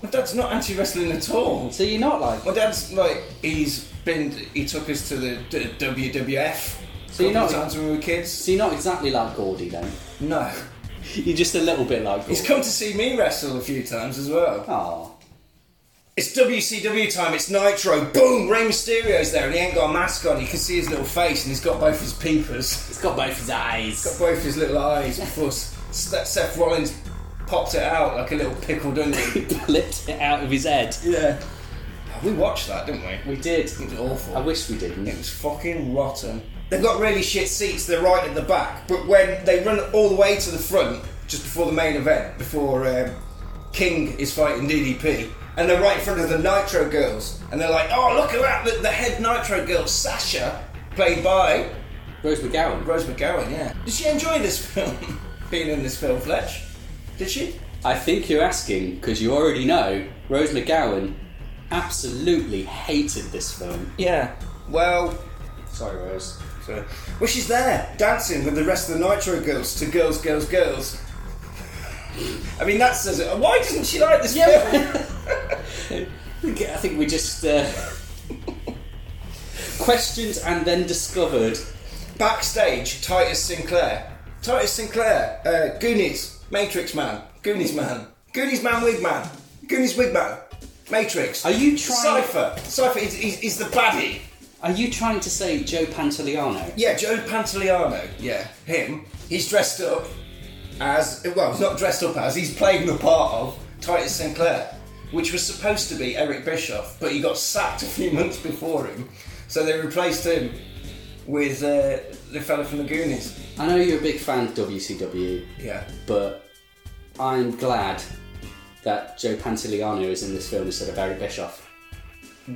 S2: My dad's not anti-wrestling at all.
S1: So you're not like.
S2: My dad's like he's been. He took us to the d- WWF.
S1: So you're
S2: couple
S1: not-
S2: of times when we were kids.
S1: So you're not exactly like Gordy then.
S2: No,
S1: You're just a little bit like. Gordy.
S2: he's come to see me wrestle a few times as well.
S1: Oh.
S2: It's WCW time. It's Nitro. Boom! Rey Mysterio's there, and he ain't got a mask on. You can see his little face, and he's got both his peepers,
S1: It's got both his eyes.
S2: got both his little eyes. Before S- S- Seth Rollins popped it out like a little pickle, didn't he?
S1: Flipped it out of his head.
S2: yeah. We watched that, didn't we?
S1: We did.
S2: It was awful.
S1: I wish we didn't.
S2: It was fucking rotten. They've got really shit seats, they're right at the back, but when they run all the way to the front, just before the main event, before um, King is fighting DDP, and they're right in front of the Nitro girls, and they're like, oh, look at that, the, the head Nitro girl, Sasha, played by
S1: Rose McGowan.
S2: Rose McGowan, yeah. Did she enjoy this film? Being in this film, Fletch? Did she?
S1: I think you're asking because you already know Rose McGowan absolutely hated this film.
S2: Yeah. Well,
S1: Sorry, Rose.
S2: So, well, she's there dancing with the rest of the Nitro girls to girls, girls, girls. I mean, that says it. Why doesn't she like this film?
S1: I think we just uh, questioned and then discovered.
S2: Backstage, Titus Sinclair. Titus Sinclair, uh, Goonies, Matrix Man, Goonies Man, Goonies Man, Wig Man, Goonies Wig Man, Matrix.
S1: Are you trying?
S2: Cypher. Cypher is, is, is the baddie.
S1: Are you trying to say Joe Pantoliano?
S2: Yeah, Joe Pantoliano. Yeah, him. He's dressed up as well. He's not dressed up as. He's playing the part of Titus Sinclair, which was supposed to be Eric Bischoff, but he got sacked a few months before him, so they replaced him with uh, the fella from the Goonies.
S1: I know you're a big fan of WCW,
S2: Yeah,
S1: but I'm glad that Joe Pantoliano is in this film instead of Barry Bischoff.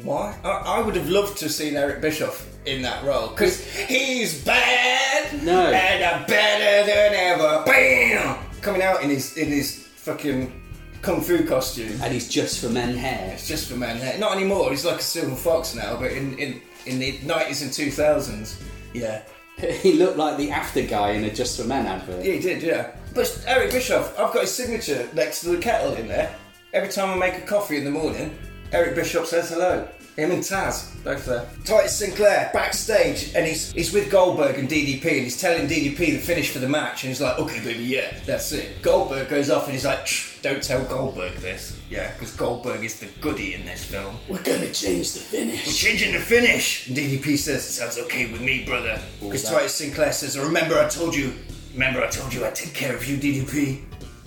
S2: why? I, I would have loved to have seen Eric Bischoff in that role because he's bad.
S1: No.
S2: and I'm better than ever. Bam! Coming out in his in his fucking kung fu costume.
S1: And he's just for men hair.
S2: It's just for men. eh? Not anymore. He's like a silver fox now, but in in, in the nineties and two thousands, yeah,
S1: He looked like the after guy in a Just for Men advert.
S2: yeah, he did, yeah. But Eric Bischoff, I've got his signature next to the kettle in there. Every time I make a coffee in the morning, Eric Bischoff says hello. Him and Taz, both there. Titus Sinclair backstage, and he's he's with Goldberg and DDP, and he's telling DDP the finish for the match, and he's like, "Okay, baby, yeah, that's it." Goldberg goes off, and he's like, "Shh, "Don't tell Goldberg this, yeah, because Goldberg is the goody in this film."
S1: We're gonna change the finish.
S2: Changing the finish. And DDP says, sounds okay with me, brother. Because
S1: that-
S2: Titus Sinclair says, remember I told you, remember I told you I'd take care of you, DDP?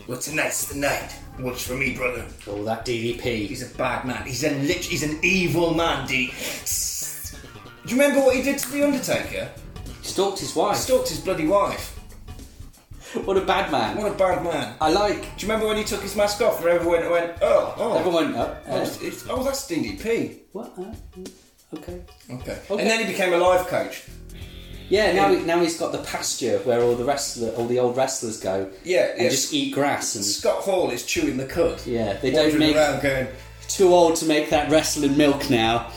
S2: Well, tonight's the night. Works for me, brother.
S1: All that DDP.
S2: He's a bad man. He's a lit- he's an evil man, D. Do you remember what he did to The Undertaker?
S1: Stalked his wife.
S2: Stalked his bloody wife.
S1: What a bad man.
S2: What a bad man.
S1: I like.
S2: Do you remember when he took his mask off and everyone went, oh, oh.
S1: Everyone up.
S2: oh, it's- it's- oh, that's DDP.
S1: What? Uh, okay.
S2: Okay.
S1: Okay.
S2: And then he became a life coach.
S1: Yeah, now he, now he's got the pasture where all the wrestler, all the old wrestlers go.
S2: Yeah,
S1: and
S2: yeah.
S1: just eat grass and
S2: Scott Hall is chewing the cud.
S1: yeah. They don't
S2: wandering
S1: make
S2: around going.
S1: too old to make that wrestling milk now.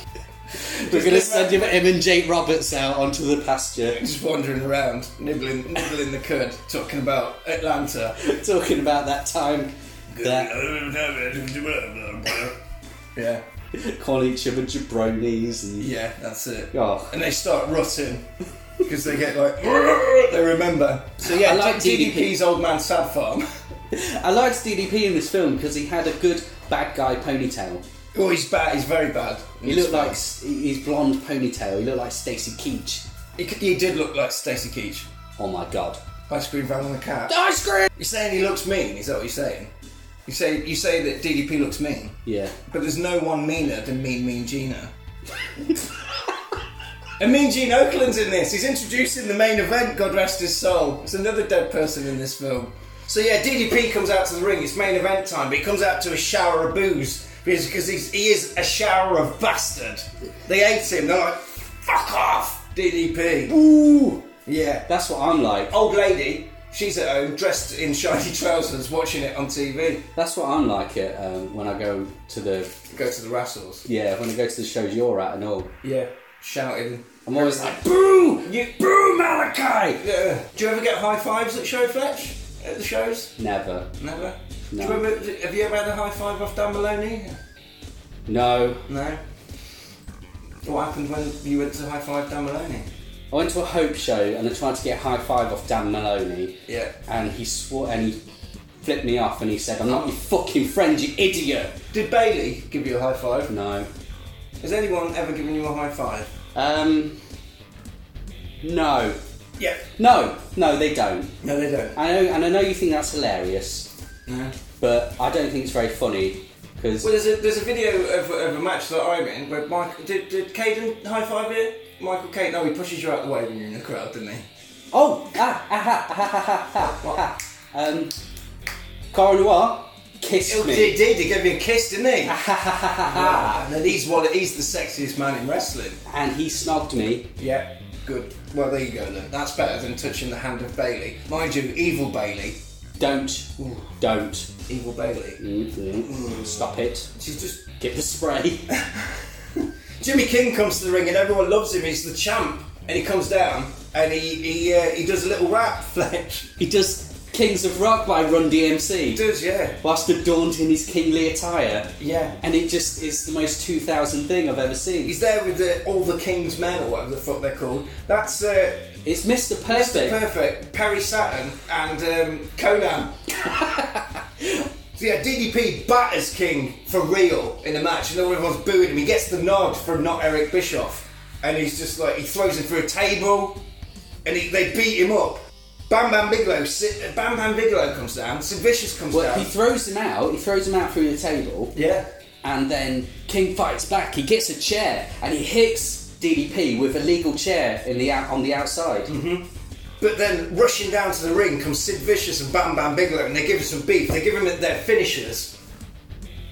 S1: We're gonna
S2: live
S1: send him, him and Jake Roberts out onto the pasture,
S2: Just wandering around, nibbling, nibbling the cud, talking about Atlanta.
S1: talking about that time that
S2: yeah,
S1: calling each other jabronis and
S2: yeah, that's it.
S1: Oh.
S2: And they start rotting because they get like they remember. So yeah,
S1: I like DDP.
S2: DDP's old man sad farm.
S1: I liked DDP in this film because he had a good bad guy ponytail.
S2: oh, he's bad. He's very bad.
S1: He looked like s- his blonde ponytail. He looked like Stacy Keach.
S2: he, c- he did look like Stacy Keach.
S1: Oh my god!
S2: Ice cream van on the cat.
S1: Ice cream.
S2: You're saying he looks mean? Is that what you're saying? You say you say that DDP looks mean,
S1: Yeah.
S2: but there's no one meaner than Mean Mean Gina. And Mean Gene Oakland's in this. He's introducing the main event, God rest his soul. It's another dead person in this film. So yeah, DDP comes out to the ring. It's main event time, but he comes out to a shower of booze because 'cause he's, he is a shower of bastard. They hate him. They're like, fuck off, DDP. Ooh, yeah.
S1: That's what I'm like. Oh,
S2: Old lady, she's at home dressed in shiny trousers, watching it on TV.
S1: That's what I'm like it um, when I go to the
S2: Go to the wrestles.
S1: yeah when I go to the shows you're at and all.
S2: Yeah, shouting.
S1: I'm always like boo,
S2: You-
S1: boo Malachi.
S2: Yeah. Do you ever get high fives at show Fletch? At the shows?
S1: Never.
S2: Never.
S1: No.
S2: Do you remember, have you ever had a high five off Dan Maloney?
S1: No.
S2: No. What happened when you went to high five Dan Maloney?
S1: I went to a Hope show and I tried to get a high five off Dan Maloney.
S2: Yeah.
S1: And he swore and he flipped me off and he said, "I'm not your fucking friend, you idiot."
S2: Did Bailey give you a high five?
S1: No.
S2: Has anyone ever given you a high five?
S1: Um. No.
S2: Yeah.
S1: No. No, they don't.
S2: No, they don't.
S1: I know, and I know you think that's hilarious,
S2: No.
S1: but I don't think it's very funny because
S2: Well, there's a there's a video of, of a match that I'm in where Mike did did Caden high five you? Michael Caden? No, he pushes you out the way when you're in the crowd, doesn't he?
S1: Oh! Ah, ah, ha, ha, ha, ha, ha, ha. Um, Cara Noir kissed
S2: Oh,
S1: me.
S2: He did. He gave me a kiss, didn't he? yeah. And then he's one. of- He's the sexiest man in wrestling.
S1: And he snogged me.
S2: Yeah, good. Well, there you go then. That's better than touching the hand of Bailey. Mind you, evil Bailey.
S1: Don't. Don't.
S2: Evil Bailey.
S1: Mm-mm. Stop it.
S2: She's just.
S1: Get the spray.
S2: Jimmy King comes to the ring and everyone loves him. He's the champ. and he comes down and he he, uh, he does a little rap, Fletch.
S1: He does Kings of Rock by Run
S2: He
S1: DMC.
S2: does, yeah.
S1: Whilst adorned in his kingly attire.
S2: Yeah.
S1: And it just is the most 2000 thing I've ever seen.
S2: He's there with the, all the King's Men or whatever the fuck they're called. That's uh,
S1: it's Mr.
S2: Mr.
S1: Perfect.
S2: Perfect, Perry Saturn, and um, Conan. so yeah, DDP batters King for real in the match, and all everyone's booing him. He gets the nod from not Eric Bischoff, and he's just like he throws him through a table, and he, they beat him up. Bam Bam Bigelow, si- Bam Bam Bigelow comes down. Sid Vicious comes
S1: Well,
S2: down.
S1: he throws him out. He throws him out through the table.
S2: yeah,
S1: And then King fights back. He gets a chair and he hits DDP with a legal chair in the out, on the outside.
S2: Mm-hmm. but then rushing down to the ring comes Sid Vicious and Bam Bam Bigelow, and they give him some beef. They give him their finishers.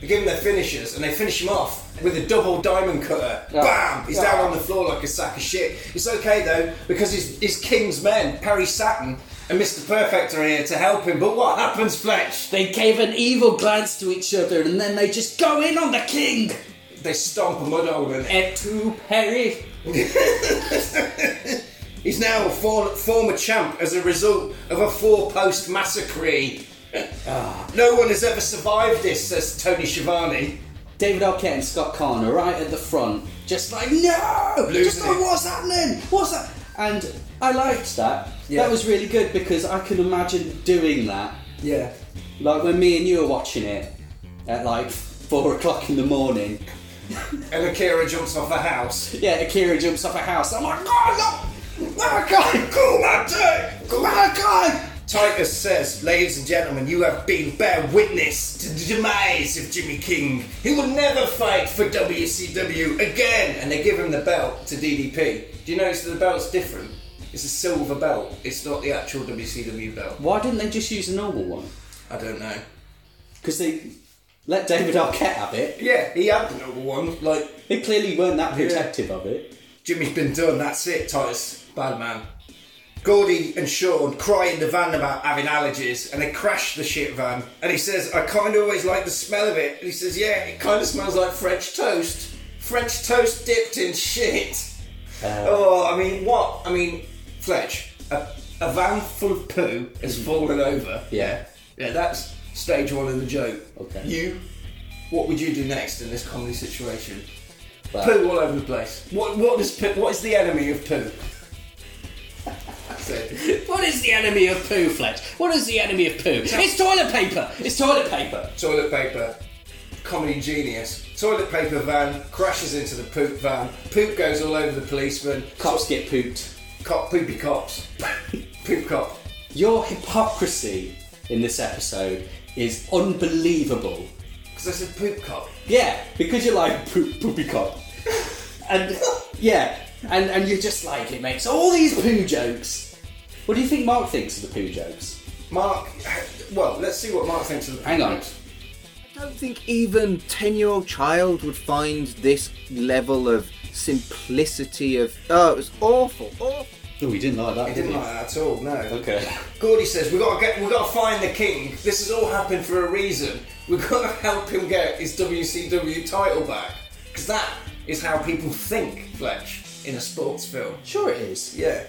S2: They give him their finishers, and they finish him off with a double diamond cutter.
S1: Yeah.
S2: Bam! He's
S1: Yeah.
S2: down on the floor like a sack of shit. It's okay though because his his King's men, Perry Saturn and Mr. Perfect, are here to help him. But what happens, Fletch?
S1: They gave an evil glance to each other and then they just go in on the King.
S2: They stomp a mud hole in it.
S1: Et tu, Perry?
S2: He's now a for- former champ as a result of a four-post massacre.
S1: Ah.
S2: no one has ever survived this, says Tony Schiavone.
S1: David Arquette and Scott Kahn are right at the front, just like, no! Just
S2: Losing
S1: like,
S2: it.
S1: what's happening? What's that? And I liked that.
S2: Yeah.
S1: That was really good because I can imagine doing that.
S2: Yeah.
S1: Like when me and you are watching it at like four o'clock in the morning.
S2: And Akira jumps off a house.
S1: Yeah, Akira jumps off a house. I'm like, oh, no!
S2: Malachi! Call that day! Call Malachi! Titus says, ladies and gentlemen, you have been bear witness to the demise of Jimmy King. He will never fight for WCW again. And they give him the belt to DDP. Do you notice that the belt's different? It's a silver belt. It's not the actual WCW belt.
S1: Why didn't they just use a normal one?
S2: I don't know.
S1: Because they let David Arquette have it.
S2: Yeah, he had the normal one. Like
S1: They clearly weren't that protective of it.
S2: Jimmy's been done. That's it, Titus. Bad man. Gordy and Sean cry in the van about having allergies, and they crash the shit van. And he says, "I kind of always like the smell of it." And he says, "Yeah, it kind of smells like French toast. French toast dipped in shit."
S1: Uh.
S2: oh, I mean, what? I mean, Fletch, a, a van full of poo has fallen over.
S1: Yeah.
S2: Yeah, that's stage one of the joke.
S1: Okay.
S2: You, what would you do next in this comedy situation?
S1: But-
S2: Poo all over the place. What what is poo, what is the enemy of poo? That's it.
S1: What is the enemy of poo, Fletch? What is the enemy of poo? It's toilet paper! It's toilet paper!
S2: Toilet paper. Comedy genius. Toilet paper van crashes into the poop van. Poop goes all over the policeman.
S1: Cops get pooped.
S2: Cop poopy cops. poop cop.
S1: Your hypocrisy in this episode is unbelievable.
S2: Because I said poop cop.
S1: Yeah, because you're like poop, poopy cop. And yeah, and, and you're just like, it makes all these poo jokes. What do you think Mark thinks of the poo jokes?
S2: Mark. Well, let's see what Mark thinks of the.
S1: Hang on.
S5: I don't think even 10 year old child would find this level of simplicity of oh it was awful awful
S1: No, we didn't like that.
S2: I Oh, didn't like that at all. No.
S1: Okay.
S2: Gordy says we got to get, we got to find the king. This has all happened for a reason. We've got to help him get his WCW title back because that is how people think, Fletch, in a sports film.
S1: Sure it is.
S2: Yeah.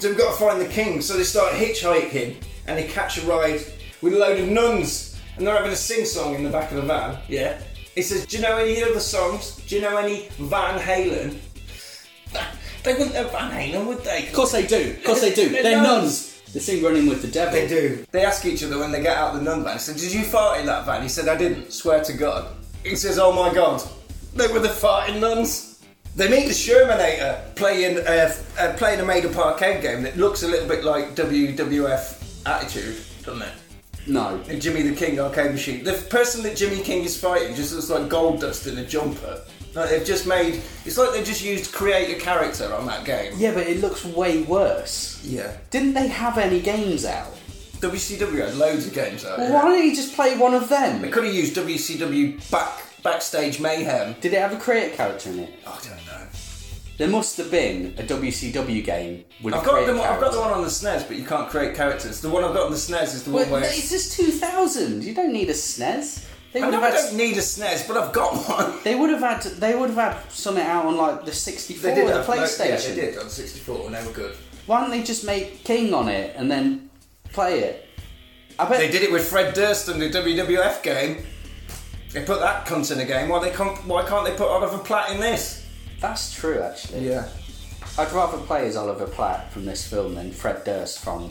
S2: So we've got to find the king. So they start hitchhiking and they catch a ride with a load of nuns and they're having a sing song in the back of the van. Yeah. It says, Do you know any other songs? Do you know any Van Halen? They wouldn't know Van Halen, would they?
S1: Of course they do. Of course they do.
S2: They're
S1: They're,
S2: nuns.
S1: nuns. They sing running with the devil.
S2: They do. They ask each other when they get out of the nun van. So did you fart in that van? He said I didn't. Swear to God. He says, Oh my God, they were the farting nuns. They meet the Shermanator playing uh, uh, playing a made up arcade game that looks a little bit like WWF Attitude, doesn't it?
S1: No.
S2: And Jimmy the King arcade machine. The person that Jimmy King is fighting just looks like gold dust in a jumper. Like they've just made. It's like they just used create a character on that game.
S1: Yeah, but it looks way worse.
S2: Yeah.
S1: Didn't they have any games out?
S2: WCW had loads of games out.
S1: Well,
S2: yeah.
S1: why don't you just play one of
S2: They
S1: them?
S2: could have used WCW back backstage mayhem.
S1: Did it have a creator character in it?
S2: I don't know.
S1: There must have been a WCW game with
S2: I've
S1: a
S2: got
S1: creator
S2: the one, I've got the
S1: character.
S2: one on the SNES, but you can't create characters. The one I've got on the SNES is the one
S1: Well,
S2: where
S1: it's just 2000. You don't need a SNES. They
S2: I
S1: would
S2: know
S1: have
S2: I
S1: had.
S2: don't need a SNES, but I've got one.
S1: They would have had. They would have had something out on like the 64 or the PlayStation.
S2: yeah, they did on 64, and they were good.
S1: Why don't they just make King on it and then play it? I bet
S2: They did it with Fred Durst in the WWF game. They put that cunt in a game. Why they can't? Why can't they put Oliver Platt in this?
S1: that's true. Actually,
S2: Yeah.
S1: I'd rather play as Oliver Platt from this film than Fred Durst from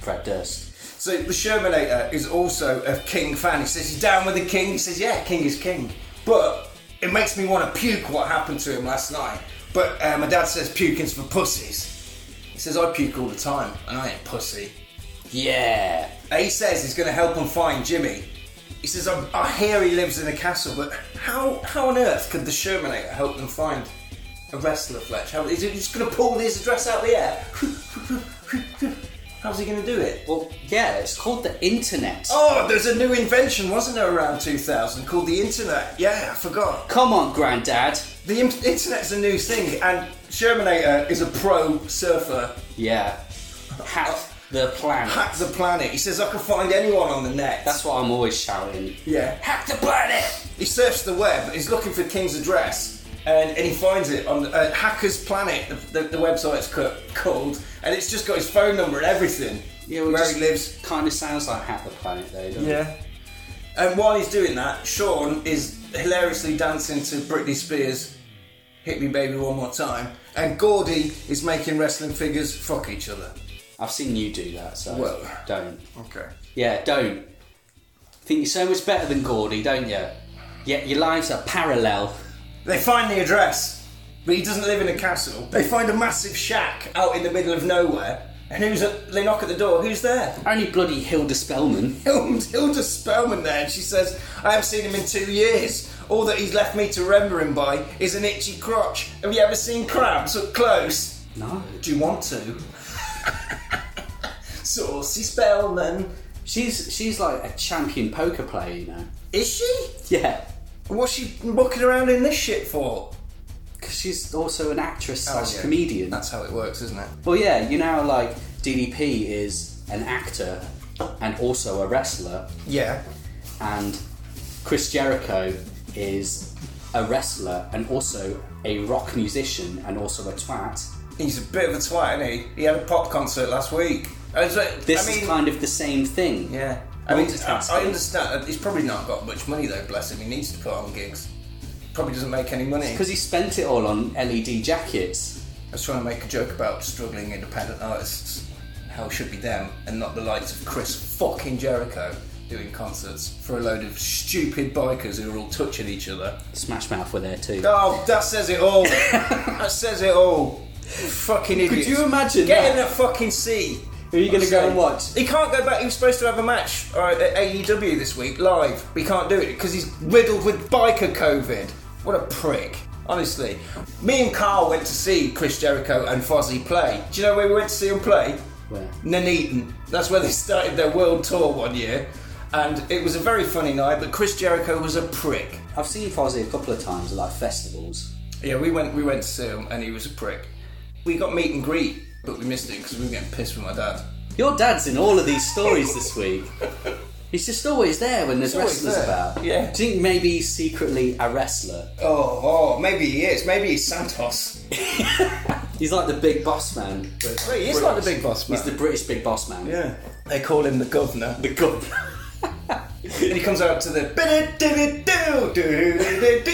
S1: Fred Durst.
S2: So the Shermanator is also a King fan. He says he's down with the King. He says, "Yeah, King is King." But it makes me want to puke what happened to him last night. But uh, my dad says puking's for pussies. He says I puke all the time, and I ain't pussy.
S1: Yeah,
S2: He says he's going to help him find Jimmy. He says, I, I hear he lives in a castle, but how how on earth could the Shermanator help them find a wrestler, Fletch? How, is he just going to pull his address out of the air? How's he going to do it?
S1: well, yeah. It's called the internet.
S2: Oh, there's a new invention, wasn't there, around 2000 called the internet? Yeah, I forgot.
S1: Come on, Granddad.
S2: The in- internet's a new thing, and Shermanator is a pro surfer.
S1: Yeah, hack the planet.
S2: Hack the planet. He says, I can find anyone on the net.
S1: That's what I'm always shouting.
S2: Yeah.
S1: Hack the planet.
S2: He surfs the web, he's looking for King's address, and, and he finds it on uh, Hacker's Planet, the, the, the website's ca- called, and it's just got his phone number and everything,
S1: Yeah,
S2: where he lives.
S1: Kind of sounds like Hack the Planet, though. Doesn't It?
S2: And while he's doing that, Sean is hilariously dancing to Britney Spears' Hit Me Baby One More Time, and Gordy is making wrestling figures fuck each other.
S1: I've seen you do that, so
S2: Whoa.
S1: don't.
S2: Okay.
S1: Yeah, don't. Think you're so much better than Gordy, don't you? Yet your lives are parallel.
S2: They find the address, but he doesn't live in a castle. They find a massive shack out in the middle of nowhere, and who's at, they knock at the door, who's there?
S1: Only bloody Hilda Spellman.
S2: filmed Hilda Spellman there, and she says, I haven't seen him in two years. All that he's left me to remember him by is an itchy crotch. Have you ever seen crabs up close?
S1: No.
S2: Do you want to? Saucy Spellman.
S1: She's she's like a champion poker player, you know.
S2: Is she?
S1: Yeah.
S2: What's she mucking around in this shit for?
S1: Because she's also an actress slash
S2: Oh, yeah.
S1: comedian.
S2: That's how it works, isn't it?
S1: Well, yeah, you know, how, like DDP is an actor and also a wrestler,
S2: Yeah.
S1: and Chris Jericho is a wrestler and also a rock musician and also a twat.
S2: He's a bit of a twat, isn't he? He had a pop concert last week. I was like-
S1: This
S2: I mean,
S1: is kind of the same thing.
S2: Yeah. I mean, I,
S1: Multitasking.
S2: I understand. He's probably not got much money though, bless him. He needs to put on gigs. Probably doesn't make any money.
S1: Because he spent it all on LED jackets.
S2: I was trying to make a joke about struggling independent artists. How it should be them and not the likes of Chris fucking Jericho doing concerts for a load of stupid bikers who are all touching each other.
S1: Smash Mouth were there too.
S2: Oh, that says it all. that says it all. Fucking idiots.
S1: you imagine
S2: Get
S1: that?
S2: in the fucking sea.
S1: Who are you gonna go and watch?
S2: He can't go back. He was supposed to have a match uh, at AEW this week live. But he can't do it because he's riddled with biker COVID. What a prick. Honestly, me and Carl went to see Chris Jericho and Fozzy play. Do you know where we went to see them play?
S1: Where?
S2: Nuneaton. That's where they started their world tour one year. And it was a very funny night, but Chris Jericho was a prick.
S1: I've seen Fozzy a couple of times at like festivals.
S2: Yeah, we went we went to see him, and he was a prick. We got meet and greet, but we missed it because we were getting pissed with my dad.
S1: Your dad's in all of these stories this week. He's just always there when there's
S2: He's always
S1: wrestlers
S2: there.
S1: about.
S2: Yeah.
S1: Do you think maybe he's secretly a wrestler?
S2: Oh, oh, maybe he is. Maybe he's Santos.
S1: He's like the big boss man.
S2: Well, he is like the big boss man.
S1: He's the British big boss man.
S2: yeah. They call him the governor.
S1: The governor.
S2: And he comes out to the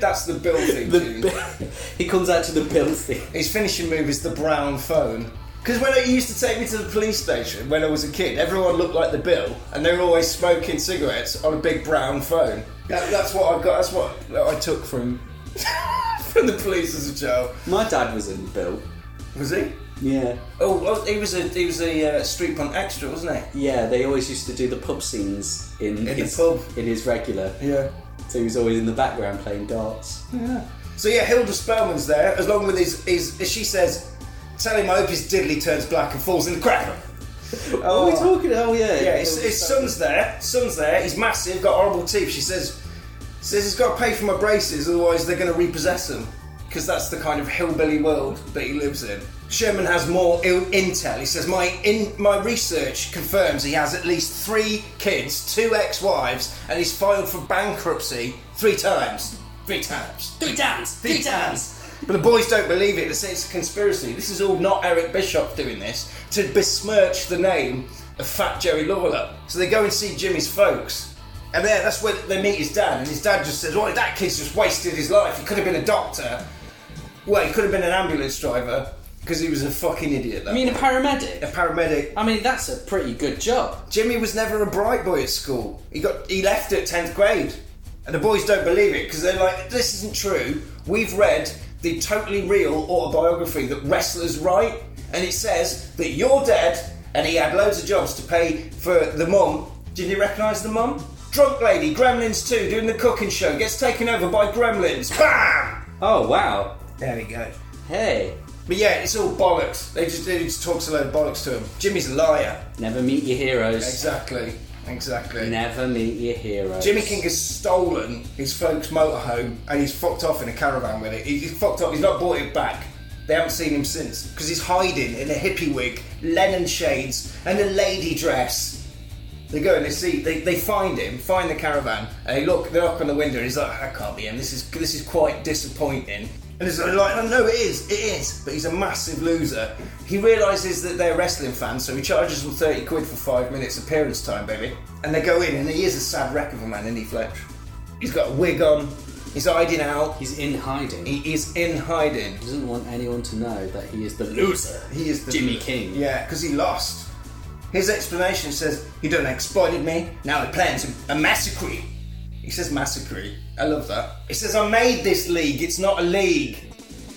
S2: that's the Bill theme tune.
S1: The- he comes out to the bill thing.
S2: His finishing move is the brown phone. Because when he used to take me to the police station when I was a kid, everyone looked like the Bill, and they were always smoking cigarettes on a big brown phone. That, that's what I got. That's what I took from from the police as a child.
S1: My dad was in the bill.
S2: Was he?
S1: Yeah.
S2: Oh, well, he was a he was a uh, street punk extra, wasn't he?
S1: Yeah, they always used to do the pub scenes in,
S2: the
S1: his
S2: pub.
S1: in his regular.
S2: Yeah.
S1: So he was always in the background playing darts.
S2: So yeah, Hilda Spellman's there, along with his, his she says, "Tell him I hope his diddly turns black and falls in the crap."
S1: Oh, we're talking. Oh yeah.
S2: Yeah, his, his son's there. Son's there. He's massive. Got horrible teeth. She says, says he's got to pay for my braces, otherwise they're going to repossess him. because that's the kind of hillbilly world that he lives in. Sherman has more Ill intel. He says my in my research confirms he has at least three kids, two ex-wives, and he's filed for bankruptcy three times. Three times.
S1: Three times.
S2: Three times. But the boys don't believe it. They say it's a conspiracy. This is all not Eric Bischoff doing this to besmirch the name of Fat Jerry Lawler. So they go and see Jimmy's folks. And there, that's where they meet his dad. And his dad just says, Well, that kid's just wasted his life. He could have been a doctor. Well, he could have been an ambulance driver because he was a fucking idiot, though.
S1: I mean, a paramedic.
S2: a paramedic.
S1: I mean, that's a pretty good job.
S2: Jimmy was never a bright boy at school. He got he left at tenth grade, and the boys don't believe it because they're like, "This isn't true." We've read the totally real autobiography that wrestlers write, and it says that you're dead, and he had loads of jobs to pay for the mum. Did you recognise the mum? Drunk lady, Gremlins 2, doing the cooking show, gets taken over by Gremlins. Bam!
S1: Oh wow.
S2: There we go.
S1: Hey,
S2: But yeah, it's all bollocks. They just, they just talks a load of bollocks to him. Jimmy's a liar.
S1: never meet your heroes.
S2: Exactly. Exactly.
S1: Never meet your heroes.
S2: Jimmy King has stolen his folks' motorhome and he's fucked off in a caravan with it. He- He's fucked off. He's not bought it back. They haven't seen him since because he's hiding in a hippie wig, Lennon shades, and a lady dress. They go and they see. They, they find him, find the caravan, and they look. They knock on the window, and he's like, "That can't be him. This is this is quite disappointing." And it's like, "Oh, "No, it is. It is." But he's a massive loser. He realizes that they're wrestling fans, so he charges them thirty quid for five minutes appearance time, baby. And they go in, and he is a sad wreck of a man, isn't he, Fletch? He's got a wig on. He's hiding out.
S1: He's in hiding. He
S2: He is in hiding.
S1: doesn't want anyone to know that he is the loser.
S2: He is the
S1: Jimmy King.
S2: Yeah, because he lost. His explanation says, "You done exploited me. Now he plans a, a massacre." He says massacre. I love that. He says, "I made this league. It's not a league.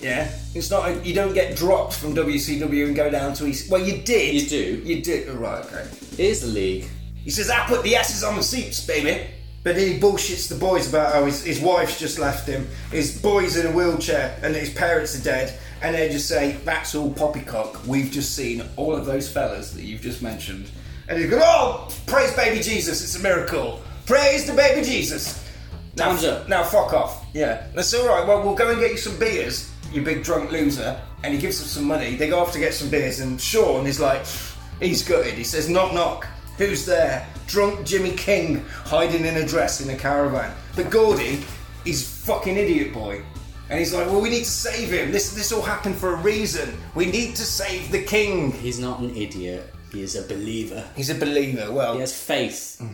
S2: Yeah, it's not. A, you don't get dropped from WCW and go down to EC. Well, you did.
S1: You do.
S2: You did. Oh, right. Okay."
S1: Here's the league.
S2: He says, I put the asses on the seats, baby. But then he bullshits the boys about how his, his wife's just left him, his boy's in a wheelchair, and his parents are dead. And they just say, That's all poppycock. We've just seen all of those fellas that you've just mentioned. And he's going, Oh, praise baby Jesus, it's a miracle. Praise the baby Jesus. Now,
S1: Time's up.
S2: Now, fuck off. Yeah. That's all right. Well, we'll go and get you some beers, you big drunk loser. And he gives them some money. They go off to get some beers, and Sean is like, he's gutted. He says, knock, knock. Who's there? Drunk Jimmy King hiding in a dress in a caravan. But Gordy, he's fucking idiot boy. And he's like, well, we need to save him. This, this all happened for a reason. We need to save the king.
S1: He's not an idiot. He is a believer.
S2: He's a believer. Well,
S1: He has faith. In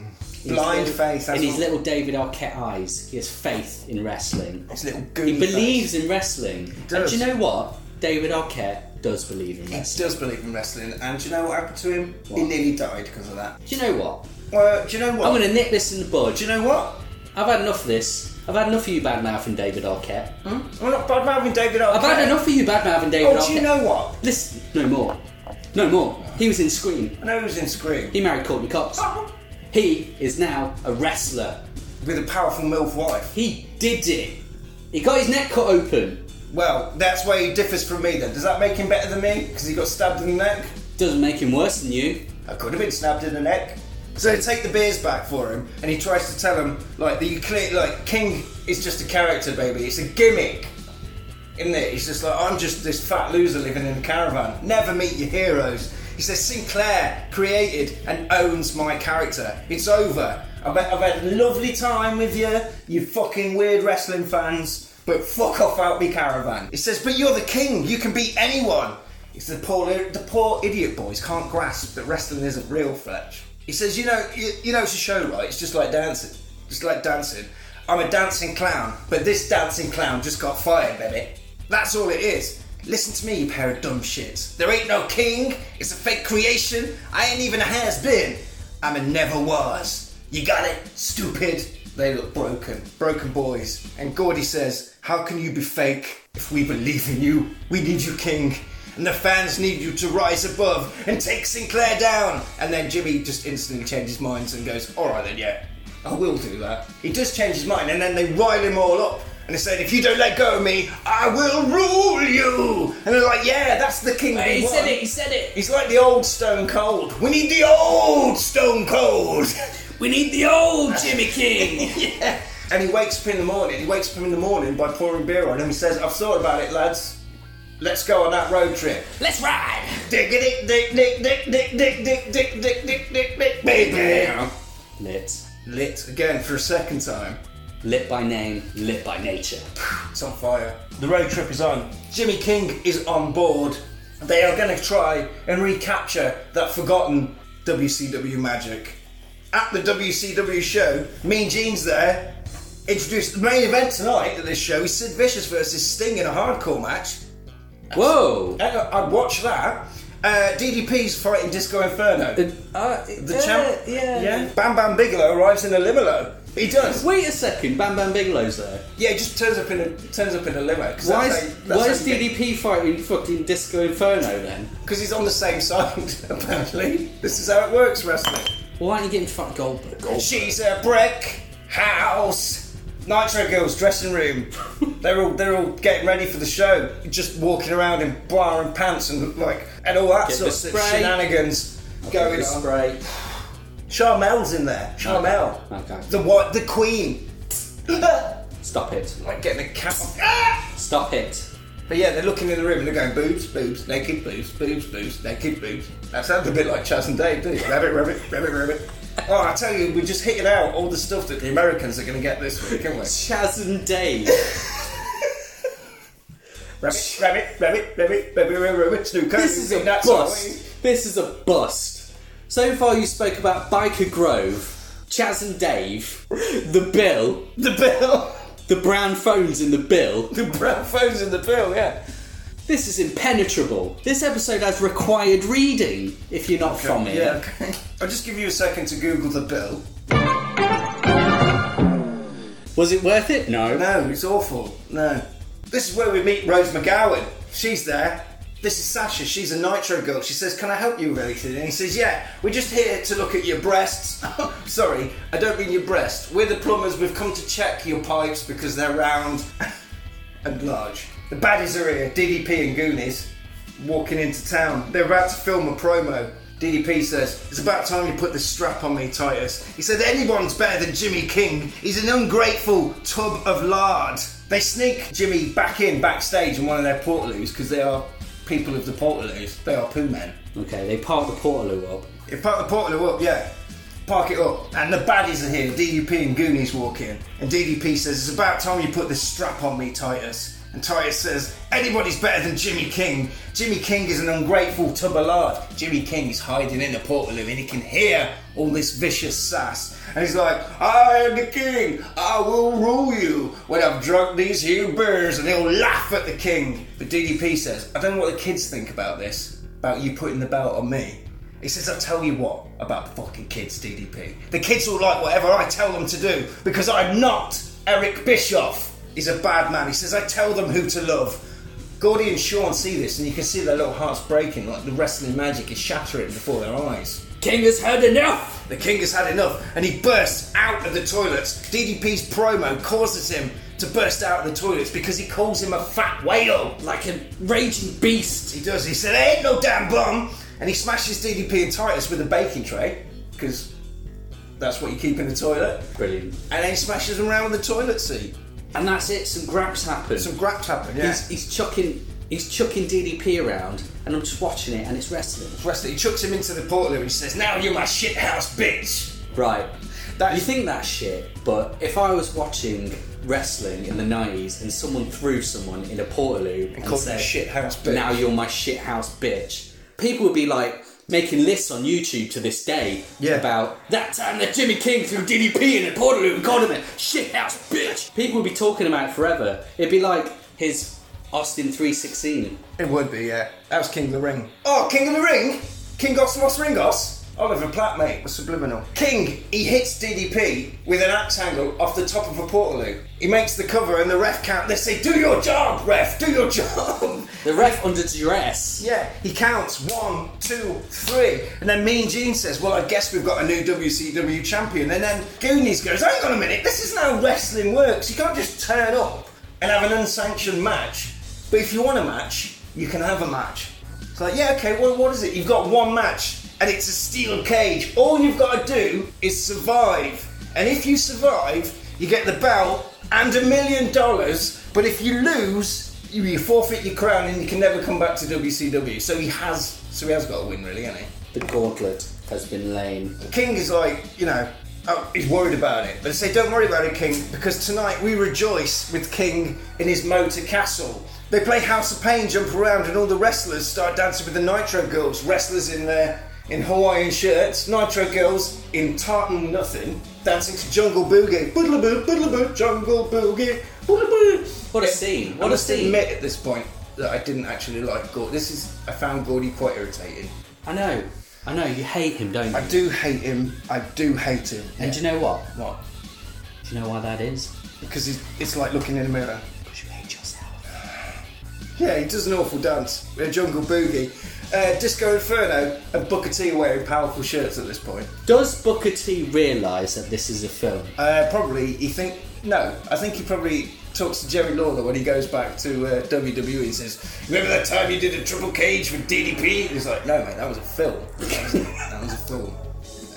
S2: Mm-hmm.
S1: his
S2: Blind
S1: little-
S2: faith, that's
S1: In his
S2: what-
S1: little David Arquette eyes, he has faith in wrestling.
S2: his little goon.
S1: He believes in wrestling. And
S2: does.
S1: do you know what? David Arquette does believe in
S2: He
S1: wrestling.
S2: does believe in wrestling, and do you know what happened to him? He
S1: What?
S2: nearly died because of that.
S1: Do you know what?
S2: Well, do you know what?
S1: I'm going to nip this in the bud.
S2: Do you know what?
S1: I've had enough of this. I've had enough of you bad mouthing David Arquette.
S2: I'm not bad mouthing David Arquette.
S1: I've had enough of you bad mouthing David
S2: Oh,
S1: Arquette.
S2: do you know what?
S1: Listen, no more. No more. He was in Scream.
S2: I know he was in Scream.
S1: He married Courtney Cox. He is now a wrestler.
S2: With a powerful MILF wife.
S1: He did it. He got his neck cut open.
S2: Well, that's where he differs from me then. Does that make him better than me? Because he got stabbed in the neck?
S1: Doesn't make him worse than you.
S2: I could have been stabbed in the neck. So they take the beers back for him, and he tries to tell him like that you clear like King is just a character, baby. It's a gimmick, isn't it? He's just like I'm just this fat loser living in a caravan. Never meet your heroes. He says Sinclair created and owns my character. It's over. I've had, I've had a lovely time with you, you fucking weird wrestling fans. But fuck off out me caravan. He says, but you're the king. You can beat anyone. It's the poor, eh, the poor idiot boys can't grasp that wrestling isn't real, Fletch. He says, you know, you, you know, it's a show, right? It's just like dancing, just like dancing. I'm a dancing clown, but this dancing clown just got fired, baby. That's all it is. Listen to me, you pair of dumb shits. There ain't no king. It's a fake creation. I ain't even a has been. I'm a never was. You got it, stupid. They look broken, broken boys. And Gordy says, How can you be fake if we believe in you? We need you, King. And the fans need you to rise above and take Sinclair down. And then Jimmy just instantly changes minds and goes, All right then, yeah, I will do that. He does change his mind, and then they rile him all up. And they said, if you don't let go of me, I will rule you. And they're like, yeah, that's the king. we
S1: He said
S2: want."
S1: it. He said it.
S2: He's like the old Stone Cold. We need the old Stone Cold.
S1: We need the old Jimmy King.
S2: yeah. And he wakes up in the morning. He wakes up in the morning by pouring beer on him. He says, "I've thought about it, lads. Let's go on that road trip. Let's ride." Dick, dick, dick, dick, dick, dick, dick, dick, dick, dick, dick, dick, dick, baby.
S1: Lit.
S2: Lit again for a second time.
S1: Lit by name, lit by nature.
S2: It's on fire. The road trip is on. Jimmy King is on board. They are going to try and recapture that forgotten WCW magic. At the WCW show, Mean Gene's there. Introduced the main event tonight at this show is Sid Vicious versus Sting in a hardcore match.
S1: Whoa!
S2: I, I watched that. Uh, DDP's fighting Disco Inferno.
S1: Uh,
S2: the champ. yeah. Bam Bam Bigelow arrives in a limo. He does.
S1: Wait a second, Bam Bam Bigelow's there.
S2: Yeah, he just turns up in a turns up in a limo. 'cause
S1: Why
S2: that's
S1: is,
S2: how you- that's
S1: why
S2: how
S1: is
S2: you get-
S1: DDP fighting fucking Disco Inferno then?
S2: Because he's on the same side, apparently. This is how it works, wrestling.
S1: Why aren't you getting to fight Goldberg?
S2: She's a brick house. Nitro Girls dressing room. they're all they're all getting ready for the show, just walking around in bar and pants and like and all that
S1: Get
S2: sort
S1: the
S2: of
S1: spray.
S2: shenanigans
S1: Goldberg
S2: going on.
S1: spray.
S2: Charmel's in there. Charmel,
S1: Okay.
S2: the what? The queen. like
S1: Stop it.
S2: getting a cat. Ah!
S1: Stop it.
S2: But yeah, they're looking in the room and they're going boobs, boobs, naked boobs, boobs, boobs, naked boobs. That sounds a bit like Chaz and Dave, doesn't it? Rabbit, rabbit, rabbit, rabbit. Oh, I tell you, we're just hitting out all the stuff that the Americans are going to get this week, aren't we?
S1: Chaz and Dave.
S2: Rabbit, rabbit, rabbit, rabbit, rabbit, rabbit, rabbit, snooker.
S1: this is a
S2: That's all.
S1: bust. This is a bust. So far, you spoke about Biker Grove, Chaz and Dave, the Bill,
S2: The bill.
S1: the brown phones in the Bill.
S2: The brown phone's in the bill, yeah.
S1: This is impenetrable. This episode has required reading if you're not from it.
S2: Yeah, okay. I'll just give you a second to Google the bill.
S1: Was it worth it? No.
S2: No, it's awful. No. This is where we meet Rose McGowan. She's there. This is Sasha. She's a nitro girl. She says, Can I help you with anything? And he says, Yeah, we're just here to look at your breasts. Sorry, I don't mean your breast. We're the plumbers. We've come to check your pipes because they're round and large. The baddies are here DDP and Goonies walking into town. They're about to film a promo. DDP says, It's about time you put this strap on me, Titus. He said, Anyone's better than Jimmy King. He's an ungrateful tub of lard. They sneak Jimmy back in backstage in one of their portaloos because they are people of the portaloos. They are poo men.
S1: Okay, they parked the portaloo up.
S2: If park the portal up, yeah. Park it up. And the baddies are here. DDP and Goonies walk in. And DDP says, It's about time you put this strap on me, Titus. And Titus says, Anybody's better than Jimmy King. Jimmy King is an ungrateful tub of lard. Jimmy King is hiding in the portal and he can hear all this vicious sass. And he's like, I am the king. I will rule you when I've drunk these here beers. And he'll laugh at the king. But DDP says, I don't know what the kids think about this, about you putting the belt on me. He says, I'll tell you what about fucking kids, DDP. The kids will like whatever I tell them to do because I'm not Eric Bischoff. He's a bad man. He says, I tell them who to love. Gordy and Sean see this and you can see their little hearts breaking like the wrestling magic is shattering before their eyes.
S1: King has heard enough!
S2: The king has had enough and he bursts out of the toilets. DDP's promo causes him to burst out of the toilets because he calls him a fat whale.
S1: Like a raging beast.
S2: He does. He said, "I ain't no damn bum," and he smashes DDP and Titus with a baking tray because that's what you keep in the toilet.
S1: Brilliant.
S2: And then he smashes them around with the toilet seat.
S1: And that's it, some graps happen.
S2: Some graps happen. Yeah.
S1: he's, he's chucking he's chucking DDP around and I'm just watching it and it's wrestling.
S2: Wrestler, he chucks him into the portal and he says, "Now you're my shit house, bitch."
S1: Right.
S2: That-
S1: you think that's shit, but if I was watching wrestling in the 90s and someone threw someone in a portaloo and,
S2: called
S1: said,
S2: them shit house bitch.
S1: Now you're my shit house bitch. People would be like making lists on YouTube to this day
S2: Yeah.
S1: about that time that Jimmy King threw DDP in a portaloo and called him a shit house bitch. People would be talking about it forever. It'd be like his Austin 316.
S2: It would be, yeah. That was King of the Ring. Oh, King of the Ring? Kingos Los Ringos? Oliver Platt, mate. A subliminal. King, he hits DDP with an axe handle off the top of a portaloo. He makes the cover and the ref count. They say, do your job, ref, do your job.
S1: The ref under duress.
S2: yeah, he counts one, two, three. And then Mean Gene says, well, I guess we've got a new WCW champion. And then Goonies goes, hang on a minute, this is how wrestling works. You can't just turn up and have an unsanctioned match. But if you want a match, you can have a match. It's like, yeah, okay, well, what is it? You've got one match and it's a steel cage. All you've got to do is survive. And if you survive, you get the belt and a million dollars, but if you lose, you, you forfeit your crown and you can never come back to WCW. So he has, so he has got to win, really, hasn't he?
S1: The gauntlet has been lain.
S2: King is like, you know, oh, he's worried about it. But I say, don't worry about it, King, because tonight we rejoice with King in his motor castle. They play House of Pain, jump around, and all the wrestlers start dancing with the Nitro Girls. Wrestlers in their in Hawaiian shirts, Nitro Girls in tartan nothing, dancing to Jungle Boogie. Boodle boo, boodle boo, Jungle Boogie. Boodle boo.
S1: What a scene!
S2: I
S1: What a
S2: must
S1: scene!
S2: admit at this point that I didn't actually like Gordy. This is I found Gordy quite irritating.
S1: I know, I know. You hate him, don't you?
S2: I do hate him. I do hate him.
S1: And do you know what?
S2: what?
S1: Do you know why that is?
S2: Because it's, it's like looking in a mirror.
S1: Because you hate yourself.
S2: Yeah, he does an awful dance with a jungle boogie, uh, disco inferno, and Booker T wearing powerful shirts at this point.
S1: Does Booker T realise that this is a film?
S2: Uh, probably he think no. I think he probably talks to Jerry Lawler when he goes back to uh, WWE and says, "Remember that time you did a triple cage with DDP?" And he's like, "No, mate, that was a film. That was a, that was a film."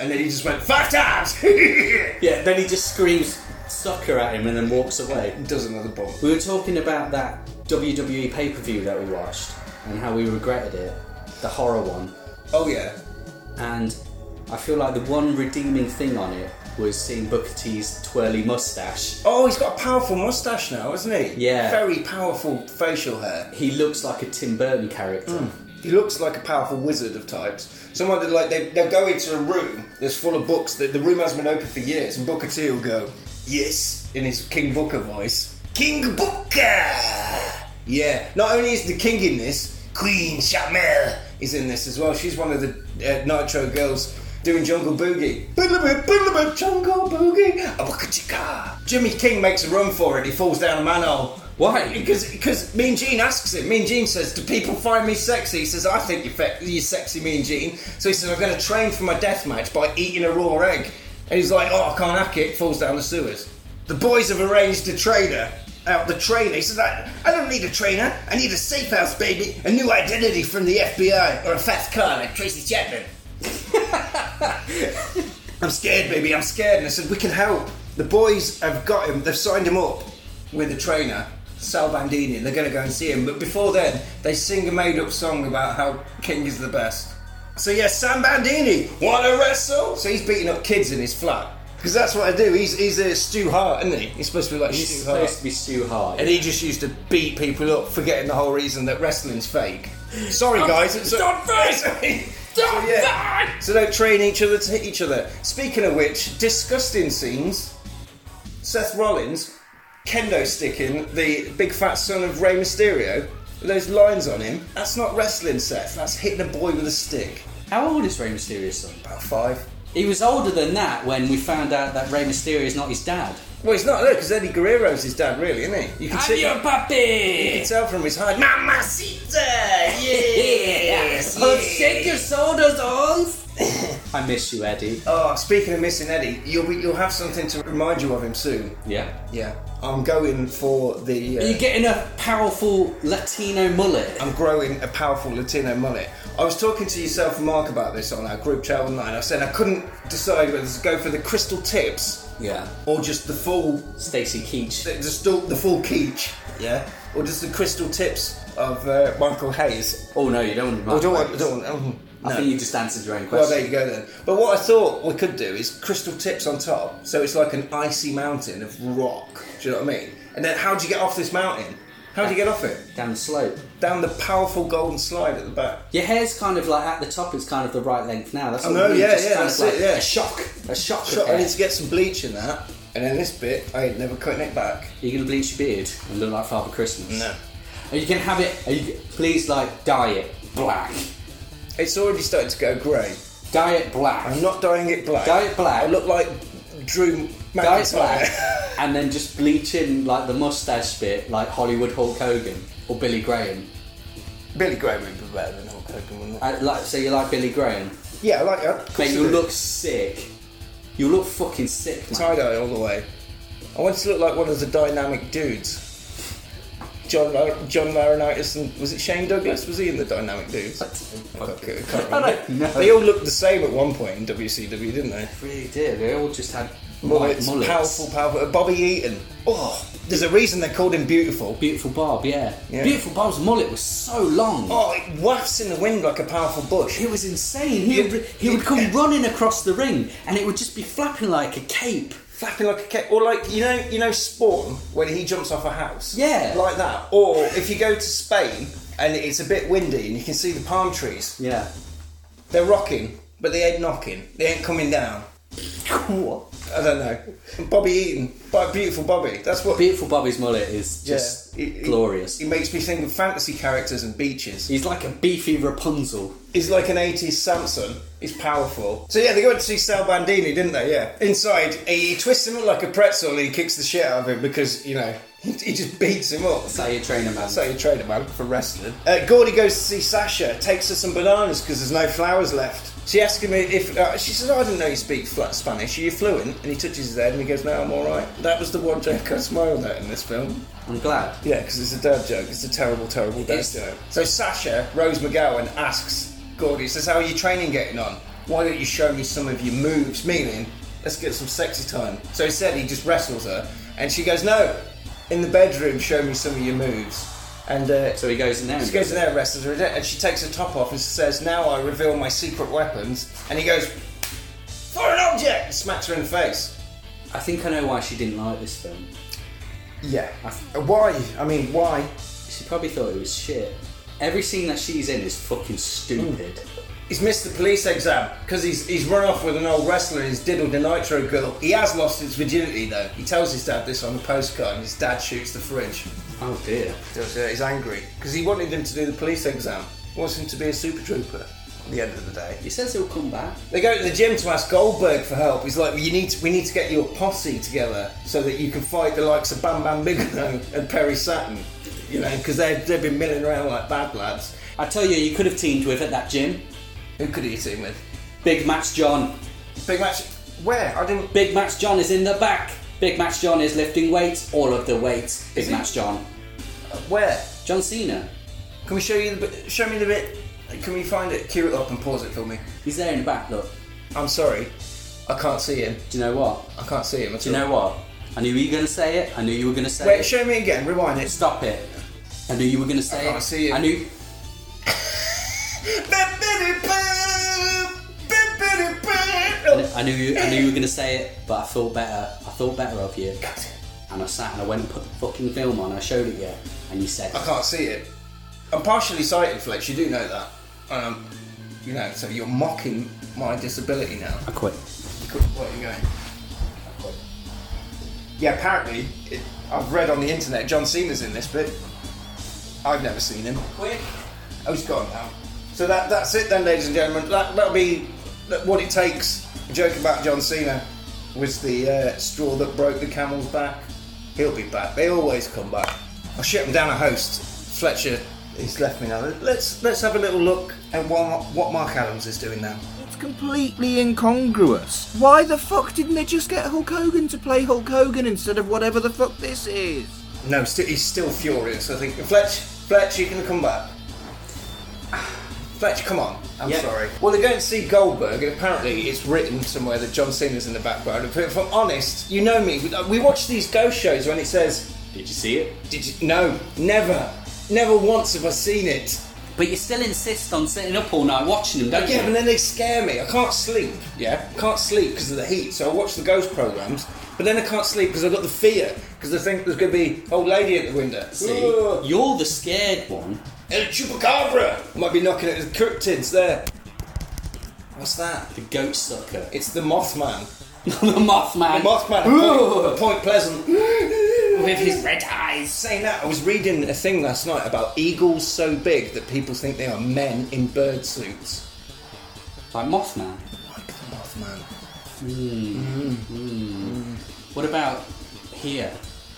S2: And then he just went five times. and
S1: Yeah. Then he just screams sucker at him and then walks away.
S2: does another bomb.
S1: We were talking about that WWE pay per view that we watched and how we regretted it, the horror one.
S2: Oh yeah,
S1: And I feel like the one redeeming thing on it was seeing Booker T's twirly mustache.
S2: Oh, he's got a powerful mustache now, hasn't he?
S1: Yeah.
S2: Very powerful facial hair.
S1: He looks like a Tim Burton character.
S2: He looks like a powerful wizard of types. Someone that, like, they, they'll go into a room that's full of books that the room hasn't been open for years, and Booker T will go, Yes, in his King Booker voice. King Booker! Yeah. Not only is the king in this, Queen Shamel is in this as well. She's one of the uh, Nitro girls doing Jungle Boogie. Boodle-boo, boodle-boo, Jungle Boogie! Abaka-chika. Jimmy King makes a run for it, he falls down a manhole.
S1: Why?
S2: Because because Mean Gene asks him. Mean Gene says, "Do people find me sexy?" He says, "I think you're, fe- you're sexy, Mean Gene." So he says, "I'm going to train for my death match by eating a raw egg." And he's like, "Oh, I can't hack it." Falls down the sewers. The boys have arranged a trainer out the trainer. He says, "I, I don't need a trainer. I need a safe house, baby. A new identity from the FBI or a fast car like Tracy Chapman." I'm scared, baby, I'm scared. And I said, We can help. The boys have got him, they've signed him up with a trainer, Sal Bandini, and they're going to go and see him. But before then, they sing a made up song about how King is the best. So, yeah, Sam Bandini, want to wrestle? So he's beating up kids in his flat. Because that's what I do. He's, he's a Stu Hart, isn't he? He's supposed to be like
S1: He's
S2: Stu
S1: supposed
S2: Hart.
S1: to be Stu Hart.
S2: And he just used to beat people up, forgetting the whole reason that wrestling's fake. Sorry, guys. It's not fake. so, yeah. so don't train each other to hit each other. Speaking of which, disgusting scenes. Seth Rollins kendo sticking the big fat son of Rey Mysterio. Those lines on him. That's not wrestling, Seth. That's hitting a boy with a stick.
S1: How old is Rey Mysterio's son?
S2: About five.
S1: He was older than that when we found out that Rey Mysterio is not his dad.
S2: Well, he's not there because Eddie Guerrero's his dad, really, isn't he? You can see.
S1: puppy!
S2: can tell from his hide. Mamacita! Yes! yes.
S1: your shoulders, arms! I miss you, Eddie.
S2: Oh, speaking of missing Eddie, you'll be, you'll have something to remind you of him soon.
S1: Yeah.
S2: Yeah, I'm going for the. Uh,
S1: Are you getting a powerful Latino mullet?
S2: I'm growing a powerful Latino mullet. I was talking to yourself and Mark about this on our group chat online. I said I couldn't decide whether to go for the crystal tips
S1: Yeah.
S2: or just the full
S1: Stacy Keach.
S2: the, the, still, the full keech. Yeah, or just the crystal tips of uh, Michael Hayes.
S1: Oh no, you don't want to.
S2: I don't want. I don't want. um,
S1: I
S2: no.
S1: think you just answered your own
S2: Well, there
S1: question.
S2: you go then. But what I thought we could do is crystal tips on top, so it's like an icy mountain of rock. Do you know what I mean? And then how do you get off this mountain? How do you get off it?
S1: Down the slope.
S2: Down the powerful golden slide at the back.
S1: Your hair's kind of like at the top. It's kind of the right length now. That's
S2: I
S1: what
S2: know,
S1: we need,
S2: yeah,
S1: just
S2: yeah,
S1: kind of
S2: that's
S1: like
S2: it, yeah.
S1: A shock. A shock.
S2: Shot,
S1: of
S2: I
S1: hair.
S2: need to get some bleach in that. And then this bit, I ain't never cutting it back.
S1: Are you gonna bleach your beard and look like Father Christmas? Are you gonna have it? Are you please like dye it black?
S2: It's already starting to go grey.
S1: Dye it black.
S2: I'm not dyeing it black.
S1: Dye it black.
S2: I look like Drew
S1: Dye it
S2: McIntyre.
S1: black, and then just bleach in like the mustache bit, like Hollywood Hulk Hogan or Billy Graham.
S2: Billy Graham would be better than Hulk Hogan, wouldn't it?
S1: I, like, so you like Billy Graham?
S2: Yeah, I like that.
S1: Mate, you look sick. You look fucking sick, man.
S2: tie dye all the way. I wanted to look like one of the dynamic dudes. John Mar- John Laurinaitis and was it Shane Douglas? Was he in the dynamic dudes? I can't, I can't remember.
S1: know.
S2: They all looked the same at one point in WCW, didn't they?
S1: really did. They all just had White
S2: Mullets,
S1: mullets.
S2: powerful, powerful. Uh, Bobby Eaton. Oh, there's a reason they called him beautiful.
S1: Beautiful Bob, yeah.
S2: Yeah.
S1: Beautiful Bob's mullet was so long.
S2: Oh, it wafts in the wind like a powerful bush.
S1: It was insane. He would, he would come running across the ring, and it would just be flapping like a cape.
S2: Flapping like a cat, or like you know, you know, Spawn when he jumps off a house.
S1: Yeah.
S2: like that. Or if you go to Spain and it's a bit windy and you can see the palm trees,
S1: Yeah.
S2: they're rocking, but they ain't knocking. They ain't coming down. I don't know. Bobby Eaton, but beautiful Bobby. That's what.
S1: Beautiful Bobby's mullet is
S2: yeah.
S1: just
S2: It- it-
S1: glorious.
S2: It makes me think of fantasy characters and beaches.
S1: He's like a beefy Rapunzel.
S2: He's like an 80s Samson. He's powerful. So yeah, they went to see Sal Bandini, didn't they? Yeah. Inside, he twists him up like a pretzel and he kicks the shit out of him because, you know, he just beats him up.
S1: Say your trainer man.
S2: So you trainer man for wrestling. Uh, Gordy goes to see Sasha, takes her some bananas because there's no flowers left. She asks him if uh, she says, "Oh, "I didn't know you speak flat Spanish. Are you fluent?" And he touches his head and he goes, "No, I'm all right." That was the one joke I smiled at in this film.
S1: I'm glad.
S2: Yeah, because it's a dad joke. It's a terrible, terrible dad
S1: is.
S2: joke. So Sasha Rose McGowan asks Gordy, says, "How are your training getting on? Why don't you show me some of your moves?" Meaning, let's get some sexy time. So instead, he just wrestles her, and she goes, "No, in the bedroom, show me some of your moves." And uh,
S1: So he goes in there.
S2: she
S1: And
S2: goes in there, wrestles her, and she takes her top off and says, "Now I reveal my secret weapons." And he goes, "For an object!" and smacks her in the face.
S1: I think I know why she didn't like this film.
S2: Yeah. I th- why? I mean, why?
S1: She probably thought it was shit. Every scene that she's in is fucking stupid.
S2: He's missed the police exam because he's he's run off with an old wrestler and he's diddled a nitro girl. He has lost his virginity though. He tells his dad this on the postcard, and his dad shoots the fridge.
S1: Oh dear.
S2: Does, uh, He's angry because he wanted him to do the police exam. He wants him to be a super trooper. At the end of the day,
S1: He says he'll come back.
S2: they go to the gym to ask Goldberg for help. He's like, "You need to, we need to get your posse together so that you can fight the likes of Bam Bam Bigelow and Perry Saturn, you know, because they've they've been milling around like bad lads.
S1: I tell you, you could have teamed with at that gym.
S2: Who could he team with?
S1: Big Match John.
S2: Big match. Where I didn't.
S1: Big Match John is in the back. Big Match John is lifting weights, all of the weights. Big
S2: Is he?
S1: Match John.
S2: Where?
S1: John Cena.
S2: Can we show you the bit? Show me the bit. Can we find it? Cue it up and pause it for me.
S1: He's there in the back, look.
S2: I'm sorry, I can't see him.
S1: Do you know what?
S2: I can't see him at
S1: Do you
S2: all.
S1: know what? I knew you were going to say it. I knew you were going to say
S2: Wait,
S1: it.
S2: show me again. Rewind it.
S1: Stop it. I knew you were going to say
S2: I can't
S1: it.
S2: see it.
S1: I knew. I knew you. I knew you were going to say it, but I thought better. I thought better of you. And I sat and I went and put the fucking film on. I showed it you, and you said,
S2: I can't see it. I'm partially sighted, Fletch. You do know that. Um, you know, so you're mocking my disability now.
S1: "I quit."
S2: Cool, Where are you going? Yeah, apparently, it, I've read on the internet John Cena's in this bit. I've never seen him.
S1: Quick.
S2: Oh, he's gone now. So that, that's it then, ladies and gentlemen. That, that'll be that- what it takes. A joke about John Cena was the uh, straw that broke the camel's back. He'll be back. They always come back. I'll shut him down a host. Fletcher, he's left me now. Let's let's have a little look at what, what Mark Adams is doing now.
S5: It's completely incongruous. Why the fuck didn't they just get Hulk Hogan to play Hulk Hogan instead of whatever the fuck this is?
S2: No, sti- he's still furious. I think Fletch, Fletch, you can come back. Fletch, come on. I'm
S1: Yeah.
S2: sorry. Well, they're going to see Goldberg, and apparently it's written somewhere that John Cena's in the background. If if I'm honest, you know me. we- We watch these ghost shows when it says,
S1: Did you see it?
S2: "Did you?" No, never, never once have I seen it.
S1: But you still insist on sitting up all night watching them, don't
S2: Yeah,
S1: you?
S2: but then they scare me. I can't sleep. Yeah, I can't sleep because of the heat. So I watch the ghost programs, but then I can't sleep because I've got the fear because I think there's going to be old lady at the window. Ugh.
S1: See, you're the scared one.
S2: El Chupacabra! Might be knocking at the cryptids there. What's that?
S1: The goat sucker.
S2: It's the Mothman.
S1: the Mothman.
S2: The Mothman
S1: Ooh.
S2: at Point, Point Pleasant.
S1: With his red eyes.
S2: Saying that, I was reading a thing last night about eagles so big that people think they are men in bird suits.
S1: Like Mothman.
S2: Like the Mothman.
S1: What about here?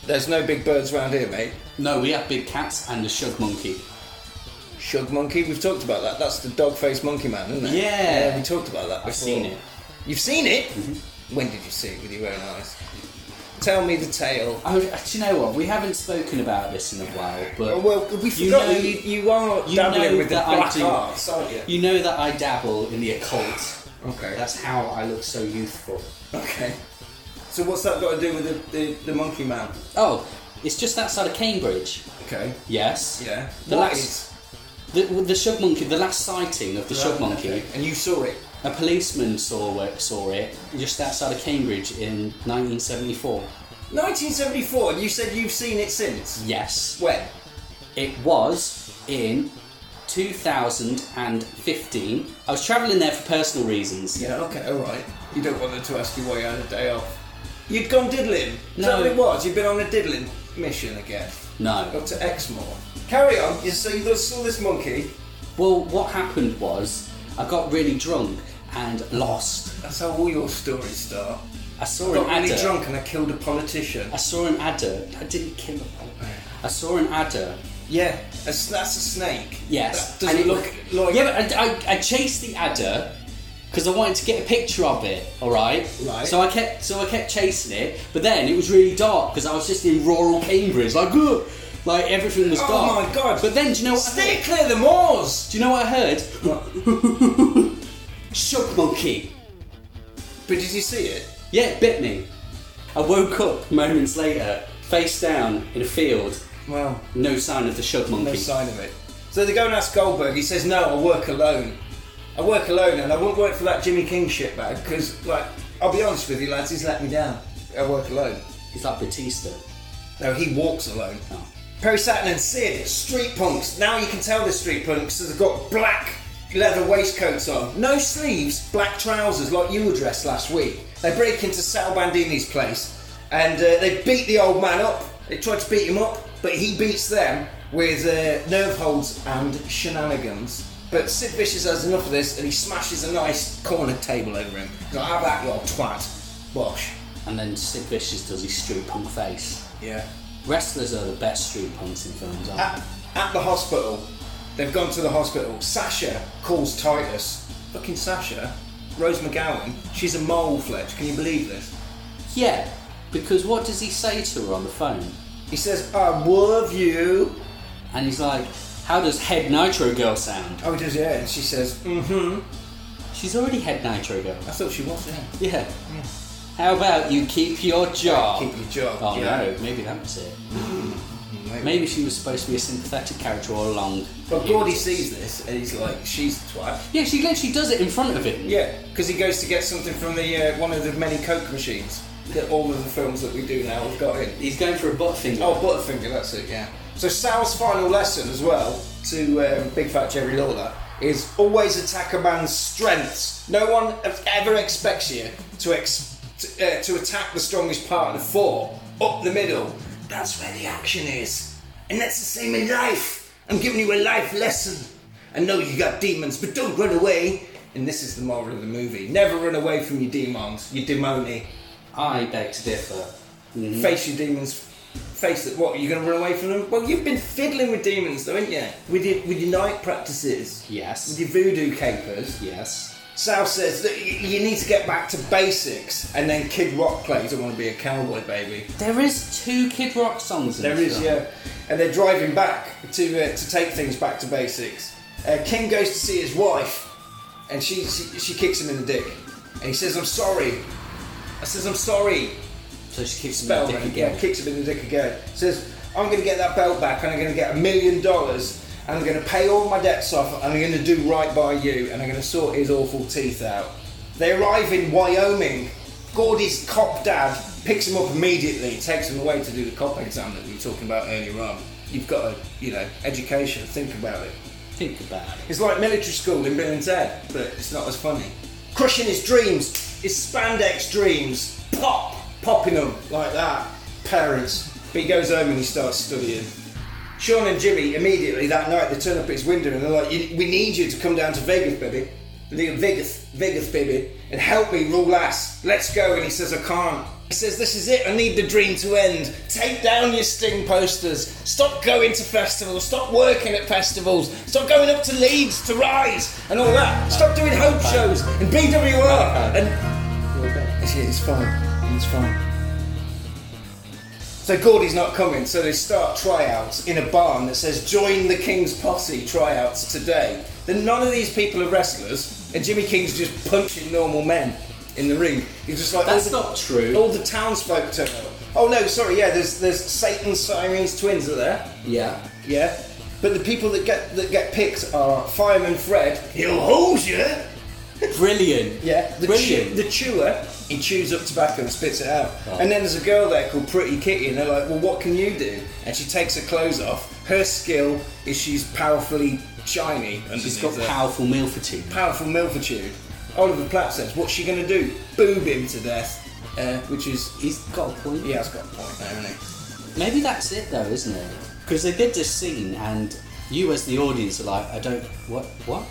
S2: There's no big birds around here, mate.
S1: No, we have big cats and a shug monkey.
S2: Shug monkey, we've talked about that. That's the dog-faced monkey man, isn't it?
S1: Yeah.
S2: we talked about that.
S1: I've seen it.
S2: You've seen it? When did you see it with your own eyes? Tell me the tale.
S1: Oh, do you know what? We haven't spoken about this in a while, but
S2: Oh, well, we
S1: you
S2: forgot
S1: know-
S2: that you, you are
S1: you
S2: dabbling
S1: know
S2: with the
S1: that I
S2: black
S1: do.
S2: arts, aren't you?
S1: You know that I dabble in the occult.
S2: Okay.
S1: That's how I look so youthful.
S2: okay. So what's that got to do with the, the, the monkey man?
S1: Oh, it's just outside of Cambridge.
S2: Okay.
S1: Yes.
S2: Yeah.
S1: The
S2: What
S1: last the, the shug monkey, the last sighting of the
S2: is-
S1: shug monkey.
S2: Okay. And you saw it.
S1: A policeman saw it, saw it just outside of Cambridge in 1974.
S2: 1974, and you said you've seen it since.
S1: Yes,
S2: When?
S1: it was in 2015. I was travelling there for personal reasons.
S2: Yeah, okay, alright. You don't want them to ask you why you had a day off. You'd gone diddling. Is that
S1: No.
S2: what it was? You've been on a diddling mission again.
S1: No.
S2: Up to Exmoor. Carry on. You, so you saw this monkey.
S1: Well, what happened was I got really drunk and lost.
S2: That's how all your stories start.
S1: I saw an
S2: got really
S1: adder.
S2: drunk and I killed a politician.
S1: I saw an adder. I didn't kill him. I saw an adder.
S2: Yeah, a s- that's a snake.
S1: Yes.
S2: That doesn't
S1: and it-
S2: look like.
S1: Yeah, but I, I, I chased the adder because I wanted to get a picture of it. All right.
S2: Right.
S1: So I kept so I kept chasing it, but then it was really dark because I was just in rural Cambridge, like ugh, like everything was
S2: Oh
S1: dark.
S2: my God.
S1: But then do you know what? I
S2: Stay
S1: heard?
S2: clear of the moors!
S1: Do you know what I heard? Shook monkey.
S2: But did you see it?
S1: Yeah, it bit me. I woke up moments later, face down in a field.
S2: Well,
S1: No sign of the shug monkey.
S2: no sign of it. So they go and ask Goldberg. He says, "No, I work alone. I work alone, and I won't work for that Jimmy King shitbag because, like, I'll be honest with you, lads, he's let me down. I work alone.
S1: He's like Batista.
S2: No, he walks alone."
S1: Oh.
S2: Perry Saturn and Sid, street punks. Now you can tell the street punks because they've got black leather waistcoats on, no sleeves, black trousers like you were dressed last week. They break into Sal Bandini's place and uh, they beat the old man up. They tried to beat him up, but he beats them with uh, nerve holds and shenanigans. But Sid Vicious has enough of this and he smashes a nice corner table over him. He's like, have that, you old twat. Bosh.
S1: And then Sid Vicious does his street punk face.
S2: Yeah.
S1: Wrestlers are the best street punks in films, aren't
S2: at, at the hospital. They've gone to the hospital. Sasha calls Titus. Fucking Sasha. Rose McGowan. She's a mole, Fletch. Can you believe this?
S1: they? Yeah, because what does he say to her on the phone?
S2: He says, I love you.
S1: And he's like, How does Head Nitro Girl sound?
S2: Oh, he does, yeah. And she says, mm.
S1: She's already Head Nitro Girl.
S2: I thought she was, yeah.
S1: Yeah. How about you keep your job?
S2: Keep your job.
S1: Oh
S2: yeah.
S1: no, maybe that was it. Maybe she was supposed to be a sympathetic character all along.
S2: But Gordy sees this and he's like, she's a twat.
S1: Yeah, she literally does it in front of him.
S2: Yeah, because he goes to get something from the uh, one of the many Coke machines that all of the films that we do now have got in.
S1: He's going for a butt finger.
S2: Oh, Butterfinger, that's it, yeah. So Sal's final lesson as well to um, Big Fat Jerry Lawler is always attack a man's strengths. No one ever expects you to, ex- to, uh, to attack the strongest part of the four, up the middle. That's where the action is. And that's the same in life. I'm giving you a life lesson. I know you got demons, but don't run away. And this is the moral of the movie. Never run away from your demons, your demoni
S1: I beg to differ.
S2: face your demons. Face it. What are you going to run away from them? Well, you've been fiddling with demons, though, haven't you? With your with your night practices, with
S1: Yes.
S2: your voodoo capers.
S1: Yes.
S2: Sal says that y- you need to get back to basics, and then Kid Rock plays. I want to be a cowboy, baby.
S1: There is two Kid Rock songs in
S2: There
S1: this
S2: is,
S1: film.
S2: yeah. And they're driving back to uh, to take things back to basics. Uh, King goes to see his wife, and she, she she kicks him in the dick, and he says, "I'm sorry." I says, "I'm sorry."
S1: So she keeps him in
S2: belt
S1: the dick
S2: ring,
S1: again.
S2: Yeah, kicks him in the dick again. Says, I'm going to get that belt back and I'm going to get a million dollars and I'm going to pay all my debts off and I'm going to do right by you and I'm going to sort his awful teeth out. They arrive in Wyoming. Gordy's cop dad picks him up immediately, takes him away to do the cop exam that we were talking about earlier on. You've got to, you know, education, think about it.
S1: Think about it.
S2: It's like military school in Bill and Ted, but it's not as funny. Crushing his dreams, his spandex dreams, pop, popping them like that. Parents. But he goes home and he starts studying. Sean and Jimmy immediately that night they turn up at his window and they're like, "You- "We need you to come down to Vegas, baby, the Vegas, Vegas, baby, and help me rule ass. Let's go." And he says, "I can't." He says, "This is it. I need the dream to end. Take down your sting posters. Stop going to festivals. Stop working at festivals. Stop going up to Leeds to Rise and all that. Stop doing hope shows and BWR and." It's, it's fine. It's fine. So Gordy's not coming, so they start tryouts in a barn that says "Join the King's Posse tryouts today." Then none of these people are wrestlers, and Jimmy King's just punching normal men. in the ring. You're just like
S1: That's
S2: all the-
S1: not true.
S2: All the townsfolk turn up. Oh no, sorry, yeah. There's there's Satan's Sirene's twins are there.
S1: Yeah.
S2: Yeah. But the people that get that get picked are Fireman Fred. He'll hose you.
S1: Brilliant.
S2: Yeah. The, chew,
S1: Brilliant. Oh.
S2: the chewer. He chews up tobacco and spits it out. And then there's a girl there called Pretty Kitty, and they're like, "Well, what can you do?" And she takes her clothes off. Her skill is she's powerfully shiny.
S1: She's
S2: underneath
S1: got
S2: her.
S1: powerful meal fatigue.
S2: powerful milfitude. Oliver Platt says, "What's she going to do? Boob him to death." Uh, which is
S1: He's got a point.
S2: he has got a point there, hasn't he?
S1: Maybe that's it though, isn't it? Because they did this scene, and you as the audience are like, I don't what what.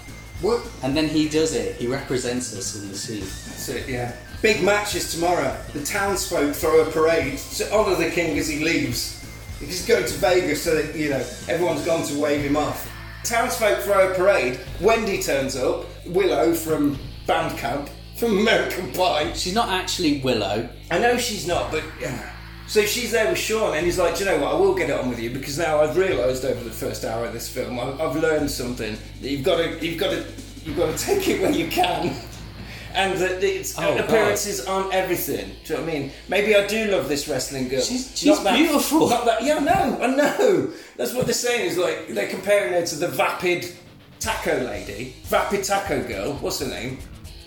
S2: What?
S1: And then he does it. He represents us in the scene.
S2: That's it. Yeah. Big match is tomorrow. The townsfolk throw a parade to honour the king as he leaves. He's going to Vegas so that you know everyone's gone to wave him off. Townsfolk throw a parade. Wendy turns up. Willow from Bandcamp from American Pie.
S1: She's not actually Willow.
S2: I know she's not, but yeah. So she's there with Sean, and he's like, Do you know what? I will get it on with you because now I've realised over the first hour of this film, I've, I've learned something. That you've got to, you've got to, you've got to take it when you can, and that it's
S1: Oh, God.
S2: appearances aren't everything. Do you know what I mean? Maybe I do love this wrestling girl.
S1: She's- she's
S2: Not that-
S1: beautiful.
S2: Not that. Yeah, I know. I know. That's what they're saying. Is like they're comparing her to the vapid taco lady, vapid taco girl. What's her name?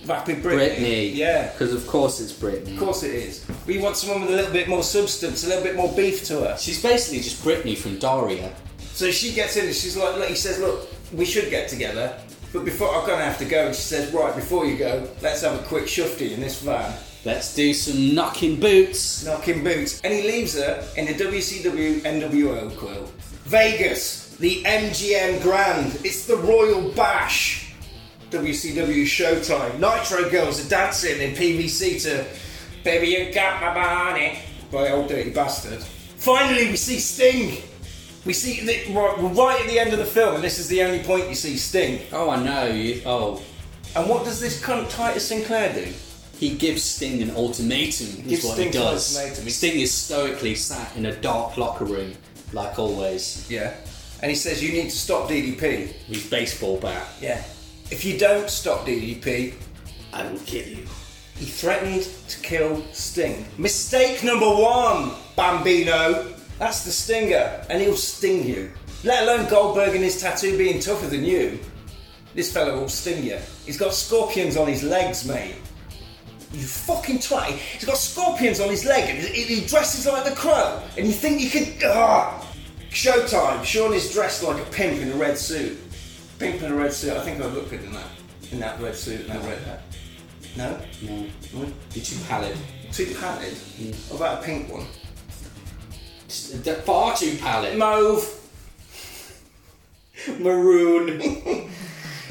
S2: Vapid Britney.
S1: Brittany.
S2: Yeah.
S1: Because of course it's Brittany.
S2: Of course it is. We want someone with a little bit more substance, a little bit more beef to her.
S1: She's basically just Brittany from Daria.
S2: So she gets in and she's like, look, he says, look, we should get together, but before I'm gonna have to go. And she says, right, before you go, let's have a quick shufty in this van,
S1: Let's do some knocking boots.
S2: knocking boots. And he leaves her in the WCW NWO quill. Vegas, the MGM Grand. It's the Royal Bash. WCW Showtime. Nitro girls are dancing in PVC to Baby You Got My Body by Old Dirty Bastard. Finally, we see Sting. We see the, right, we're right at the end of the film, and this is the only point you see Sting.
S1: Oh, I know. You, oh,
S2: And what does this cunt Titus Sinclair do?
S1: he gives Sting an ultimatum.
S2: Gives
S1: Is what he
S2: Sting
S1: does.
S2: an ultimatum.
S1: Sting is stoically sat in a dark locker room, like always,
S2: Yeah. And he says, You need to stop DDP.
S1: with his baseball bat.
S2: Yeah. If you don't stop DDP,
S1: I will kill you.
S2: he threatened to kill Sting. Mistake number one, Bambino. That's the stinger, and he'll sting you. Let alone Goldberg and his tattoo being tougher than you. This fella will sting you. He's got scorpions on his legs, mate. You fucking twat. He's got scorpions on his leg and he he dresses like the crow. And you think you can. Ugh. Showtime. Sean is dressed like a pimp in a red suit. Pimp in a red suit. I think I look good in that. In that red suit and that red hat. No?
S1: No,
S2: No?
S1: you're too pallid.
S2: Too padded. What about a pink one?
S1: Just- they're Far too pallid.
S2: Mauve.
S1: Maroon.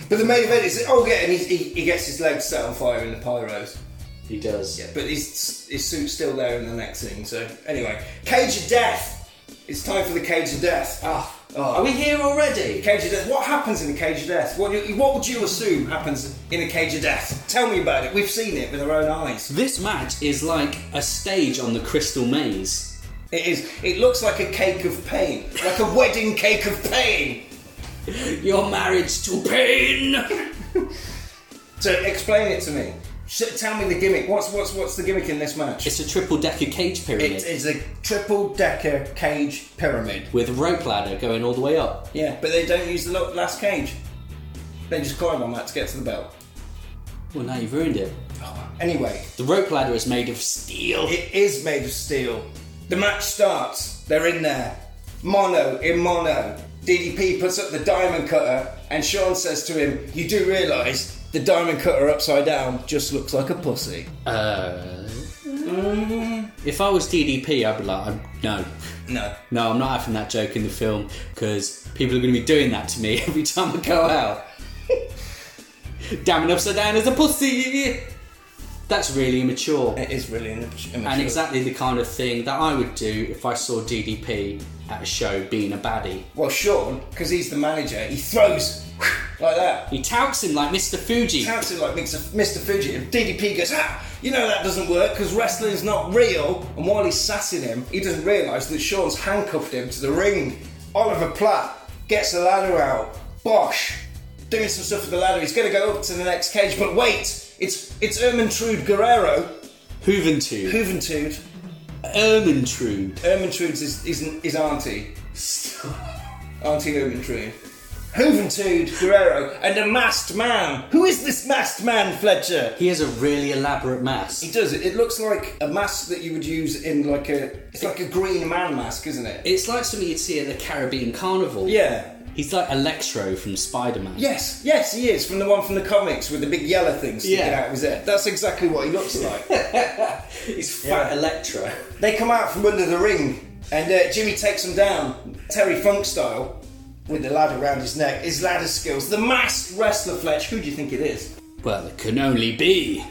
S2: But the main event is oh yeah, and he, he, he gets his legs set on fire in the pyros.
S1: he does.
S2: Yeah, but his his suit's still there in the next thing. So anyway, cage of death. It's time for the cage of death.
S1: Ah,
S2: Oh.
S1: Are we here already?
S2: Cage of death. What happens in a cage of death? What, do you- what would you assume happens in a cage of death? Tell me about it. We've seen it with our own eyes.
S1: This match is like a stage on the Crystal Maze.
S2: It is. It looks like a cake of pain, like a wedding cake of pain.
S1: Your marriage to pain.
S2: So explain it to me. Sh- Tell me the gimmick. What's what's what's the gimmick in this match?
S1: It's a triple decker cage pyramid
S2: It is a triple decker cage pyramid.
S1: with a rope ladder going all the way up.
S2: Yeah, but they don't use the lo- last cage. They just climb on that to get to the belt.
S1: Well, now you've ruined it.
S2: Anyway,
S1: The rope ladder is made of steel.
S2: It is made of steel. The match starts. They're in there. Mono in mono. DDP puts up the diamond cutter, and Sean says to him, You do realise the diamond cutter upside down just looks like a pussy.
S1: Uh, if I was DDP, I'd be like, I'm, no.
S2: No.
S1: No, I'm not having that joke in the film because people are going to be doing that to me every time I go out. Damn it, upside down as a pussy! That's really immature.
S2: It is really an immature.
S1: And exactly the kind of thing that I would do if I saw DDP at a show being a baddie.
S2: Well, Sean, because he's the manager, he throws like that.
S1: He touts him like Mr. Fuji.
S2: Counts it like Mr. Mr. Fidget. If DDP goes, ah, you know that doesn't work because wrestling's not real. And while he's sassing him, he doesn't realise that Sean's handcuffed him to the ring. Oliver Platt gets the ladder out. Bosh, doing some stuff with the ladder. He's going to go up to the next cage, but wait, It's it's Ermentrude Guerrero,
S1: Hooventude.
S2: Juventude.
S1: Ermentrude.
S2: Ermentrude's is, is, is auntie. Auntie Ermentrude. Juventude Guerrero and a masked man. Who is this masked man, Fletcher?
S1: He has a really elaborate mask.
S2: He does it. It looks like a mask that you would use in like a. It's like a green man mask, isn't it?
S1: It's like something you'd see at the Caribbean Carnival.
S2: Yeah.
S1: He's like Electro from Spider Man.
S2: Yes, yes, he is from the one from the comics with the big yellow thing sticking
S1: Yeah.
S2: out of his head. That's exactly what he looks like.
S1: He's fat
S2: Yeah.
S1: Electro.
S2: they come out from under the ring, and uh, Jimmy takes them down, Terry Funk style, with the ladder around his neck. His ladder skills. The masked wrestler Fletch. Who do you think it is?
S1: Well, it can only be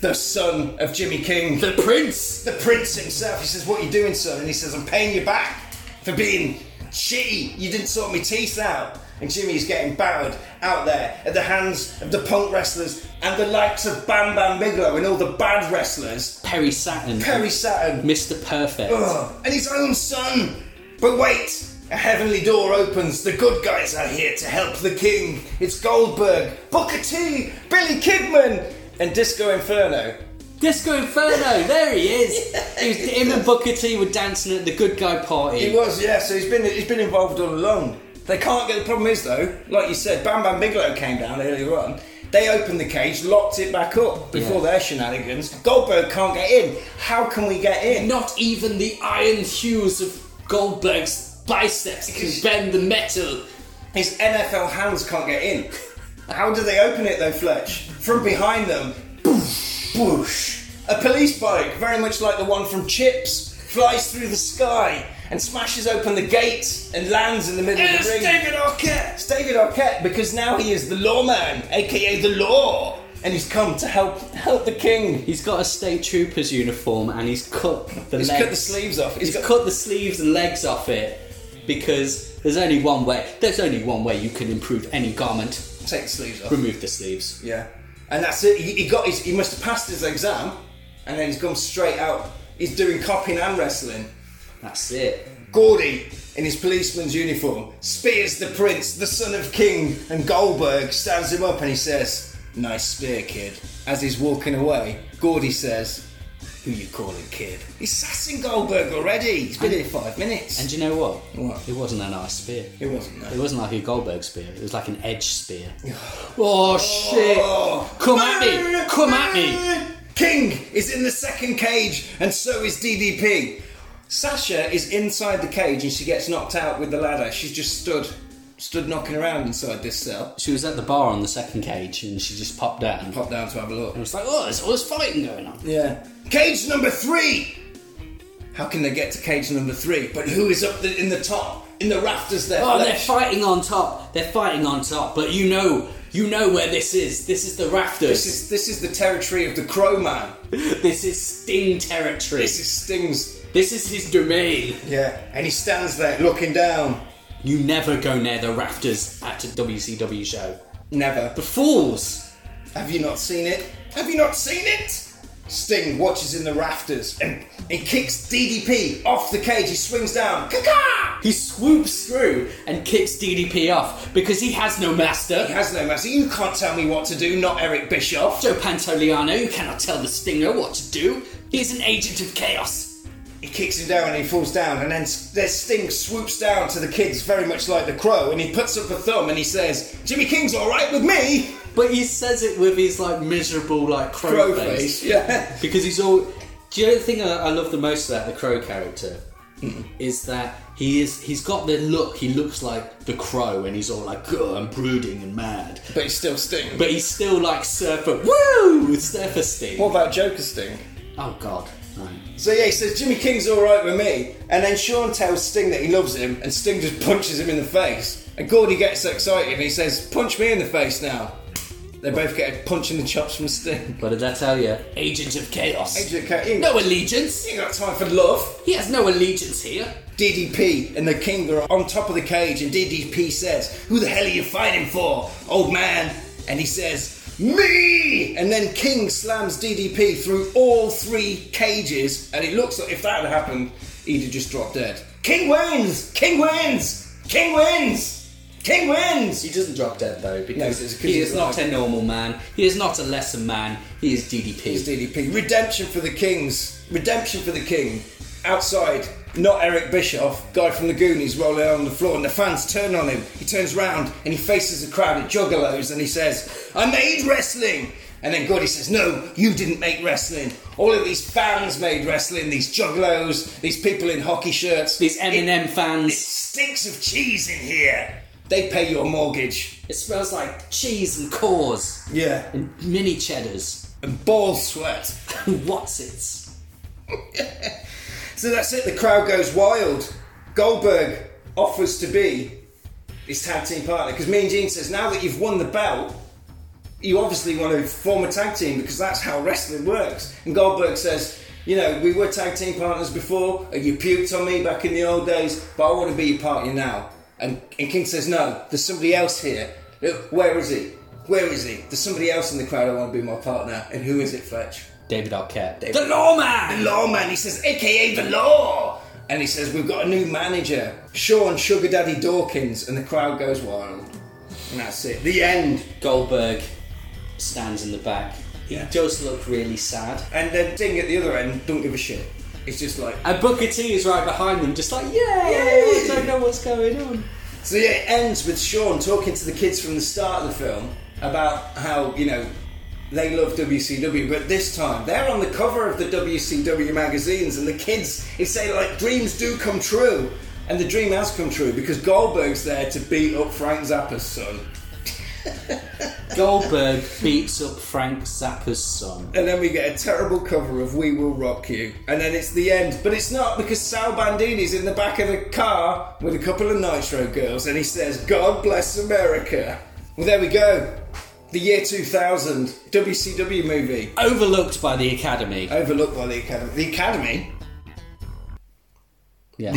S2: The son of Jimmy King.
S1: the Prince.
S2: the prince himself. He says, "What are you doing, son?" And he says, "I'm paying you back for being shitty. You didn't sort my teeth out." And Jimmy's getting battered out there at the hands of the punk wrestlers and the likes of Bam Bam Bigelow and all the bad wrestlers.
S1: Perry Saturn.
S2: Perry Saturn,
S1: Mr. Perfect.
S2: Ugh, and his own son. But wait, a heavenly door opens. The good guys are here to help the king. It's Goldberg, Booker T, Billy Kidman, and Disco Inferno.
S1: Disco Inferno. There he is. He was, him and Booker T were dancing at the good guy party.
S2: He was, yeah. So he's been he's been involved all along. They can't get. The problem is though, like you said, Bam Bam Bigelow came down earlier on. They opened the cage, locked it back up before
S1: Yeah.
S2: their shenanigans. Goldberg can't get in. How can we get in?
S1: Not even the iron hues of Goldberg's biceps can bend the metal.
S2: His NFL hands can't get in. How do they open it though, Fletch? From behind them, boosh, boosh. A police bike, very much like the one from Chips, flies through the sky and smashes open the gate and lands in the middle of
S1: It's
S2: the ring.
S1: David
S2: Arquette! It's David Arquette because now he is the lawman, aka the law, and he's come to help help the king.
S1: He's got a state trooper's uniform and he's cut the
S2: He's
S1: legs.
S2: cut the sleeves off.
S1: He's
S2: got-
S1: cut the sleeves and legs off it because there's only one way. There's only one way you can improve any garment.
S2: take the sleeves off.
S1: Remove the sleeves.
S2: Yeah, and that's it. He, he got his. He must have passed his exam, and then he's gone straight out. He's doing copying and wrestling.
S1: That's it.
S2: Gordy in his policeman's uniform spears the prince, the son of King, and Goldberg stands him up and he says, "Nice spear, kid." As he's walking away, Gordy says, "Who you calling, kid?" He's sassing Goldberg already. He's been here five minutes.
S1: And do you know what?
S2: What?
S1: It wasn't a nice spear.
S2: it wasn't.
S1: It
S2: That.
S1: wasn't like a Goldberg spear. It was like an edge spear. oh shit!
S2: Oh.
S1: Come at me! Come at me!
S2: King is in the second cage, and so is DDP. Sasha is inside the cage, and she gets knocked out with the ladder. She's just stood, stood knocking around inside this cell.
S1: She was at the bar on the second cage and she just popped out and
S2: Pop down to have a look.
S1: It was like, oh, there's all this fighting going on.
S2: Yeah. Cage number three. How can they get to cage number three? But who is up the, in the top, in the rafters there?
S1: Oh, they're
S2: Fletch?
S1: fighting on top. They're fighting on top. But you know, you know where this is. This is the rafters.
S2: This is this is the territory of the Crow Man.
S1: This is Sting territory.
S2: This is Sting's.
S1: This is his domain.
S2: Yeah. And he stands there looking down.
S1: You never go near the rafters at a WCW show.
S2: Never.
S1: The fools.
S2: Have you not seen it? Have you not seen it? Sting watches in the rafters and he kicks DDP off the cage. He swings down. Kaka!
S1: He swoops through and kicks DDP off because he has no master.
S2: He has no master. You can't tell me what to do. Not Eric Bischoff.
S1: Joe Pantoliano, you cannot tell the Stinger what to do. He's an agent of chaos.
S2: He kicks him down and he falls down, and then S- there's Sting swoops down to the kids, very much like the crow, and he puts up a thumb and he says, "Jimmy King's all right with me."
S1: But he says it with his like miserable like crow,
S2: Crow
S1: face.
S2: face, yeah.
S1: because he's all. Do you know the thing I, I love the most about the Crow character is that he is he's got the look. He looks like the Crow, and he's all like, "Ugh, I'm brooding and mad,"
S2: But he's still Sting.
S1: but he's still like Surfer. Woo with Surfer Sting.
S2: what about Joker Sting?
S1: Oh God. No.
S2: So yeah, he says Jimmy King's all right with me, and then Sean tells Sting that he loves him, and Sting just punches him in the face. And Gordy gets excited and he says, "Punch me in the face now." They both get a punch in the chops from Sting.
S1: What did I tell you? Agent of Chaos.
S2: Agent K, you ain't got-
S1: No allegiance.
S2: you ain't got time for love.
S1: He has no allegiance here.
S2: DDP and the King are on top of the cage, and DDP says, Who the hell are you fighting for, old man? And he says, Me! And then King slams DDP through all three cages, and it looks like if that had happened, he'd have just dropped dead. King wins! King wins! King wins! King wins!
S6: He doesn't drop dead though because
S2: No, 'cause
S1: He
S2: he's
S1: is not a normal man. He is not a lesser man. He is
S2: He's
S1: DDP.
S2: DDP. Redemption for the Kings. Redemption for the King. Outside, not Eric Bischoff, guy from the Goonies rolling on the floor, and the fans turn on him. He turns round and he faces the crowd at Juggalos and he says, I made wrestling! And then Gordy says, No, you didn't make wrestling. All of these fans made wrestling, these Juggalos, these people in hockey shirts.
S1: These
S2: It
S1: Eminem fans.
S2: stinks of cheese in here. They pay your mortgage.
S1: It smells like cheese and cores
S2: Yeah.
S1: and mini cheddars.
S2: And ball sweat.
S1: What's it?
S2: So that's it. The crowd goes wild. Goldberg offers to be his tag team partner because me and Gene says now that you've won the belt, you obviously want to form a tag team because that's how wrestling works. And Goldberg says, you know, we were tag team partners before, and you puked on me back in the old days, but I want to be your partner now. And, and King says, no, there's somebody else here. Look, Where is he? Where is he? There's somebody else in the crowd I want to be my partner. And who is it, Fletch?
S1: David Arquette.
S2: The
S1: lawman!
S2: The lawman. He says, AKA the law. And he says, We've got a new manager, Sean Sugar Daddy Dawkins. And the crowd goes wild. And that's it. The end.
S1: Goldberg stands in the back. He
S2: Yeah.
S1: does look really sad.
S2: And then Ding at the other end, don't give a shit. It's just like.
S1: And Booker T is right behind them, just like, yay! I
S2: Yay!
S1: don't know what's going on.
S2: So yeah, it ends with Sean talking to the kids from the start of the film about how, you know, they love WCW, but this time they're on the cover of the WCW magazines, and the kids, it's saying like, dreams do come true. And the dream has come true because Goldberg's there to beat up Frank Zappa's son.
S1: Goldberg beats up Frank Zappa's son.
S2: And then we get a terrible cover of We Will Rock You. And then it's the end. But it's not because Sal Bandini's in the back of the car with a couple of Nitro girls and he says, God bless America. Well, there we go. The year 2000, WCW movie.
S1: Overlooked by the Academy.
S2: Overlooked by the Academy. The Academy?
S1: Yeah.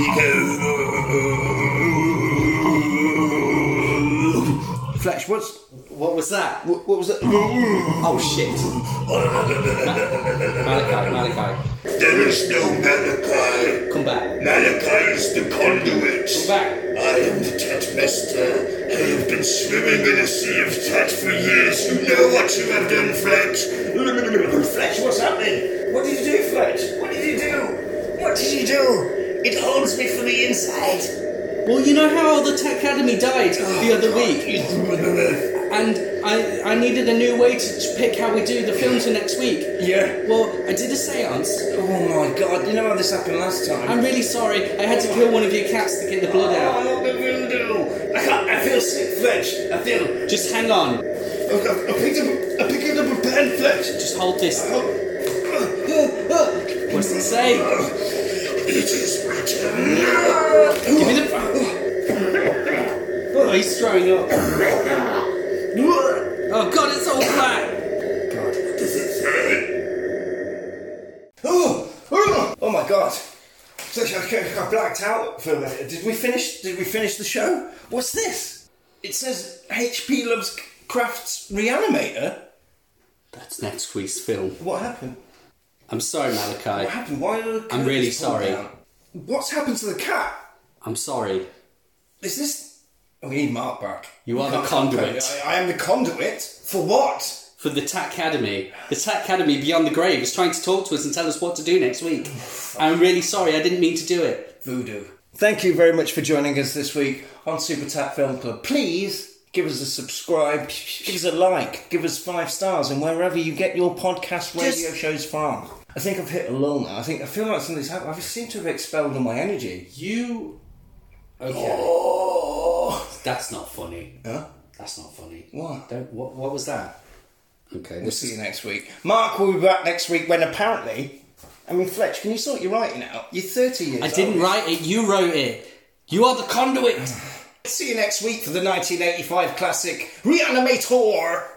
S2: Fletch, what's.
S6: What was that?
S2: What what was that?
S1: Oh shit. Malachi, Malachi.
S7: There is no Malachi.
S1: Come back.
S7: Malachi is the conduit.
S1: back.
S7: I am the Tat Master. I have been swimming in a sea of Tat for years. You know what you have done, Fletch. Fletch, what's happening? What did you do, Fletch? What did you do? What did you do? It holds me from the inside.
S1: Well, you know how the Tech Academy died the other week, and I, I needed a new way to ch- pick how we do the films for next week.
S2: Yeah.
S1: Well, I did a seance.
S2: Oh my god, you know how this happened last time?
S1: I'm really sorry. I had to kill one of your cats to get the blood
S7: Oh,
S1: out.
S7: not the voodoo. I can't. I feel sick, Fletch. I feel.
S1: Just hang on.
S7: I've, I've, I picked up. I picked up a pen, Fletch.
S1: Just hold this.
S7: It
S1: What's it say?
S7: is written.
S1: Give me the. Oh, he's throwing up. Oh god, it's all black.
S2: Oh, oh, oh my god! So I, I blacked out for a minute. Did we finish? Did we finish the show? What's this? It says HP loves Crafts Reanimator.
S1: That's next week's film.
S2: What happened?
S1: I'm sorry, Malachi.
S2: What happened? Why? Did the
S1: I'm really
S2: curtains pull
S1: sorry.
S2: down? What's happened to the cat?
S1: I'm sorry.
S2: Is this? Oh, we need Mark back.
S1: You are the
S2: Can't- can't
S1: conduit.
S2: pay- I, I am the conduit for what?
S1: For the Tat Academy. The Tat Academy Beyond the Grave is trying to talk to us and tell us what to do next week. I'm really sorry, I didn't mean to do it.
S2: Voodoo. Thank you very much for joining us this week on Super Tap Film Club. Please give us a subscribe, give us a like, give us five stars, and wherever you get your podcast radio
S1: Just-
S2: shows from. I think I've hit a lull now. I think I feel like something's happened. I seem to have expelled all my energy.
S1: You. Okay.
S2: Oh,
S1: That's not funny.
S2: Huh?
S1: That's not funny.
S2: What?
S1: Don't, what, what was that? Okay,
S2: We'll
S1: this
S2: see you
S1: is.
S2: next week. Mark will be back next week when apparently. I mean, Fletch, can you sort your writing out? You're 30 years
S1: I didn't
S2: old.
S1: write it, you wrote it. You are the conduit.
S2: See you next week for the 1985 classic Reanimator!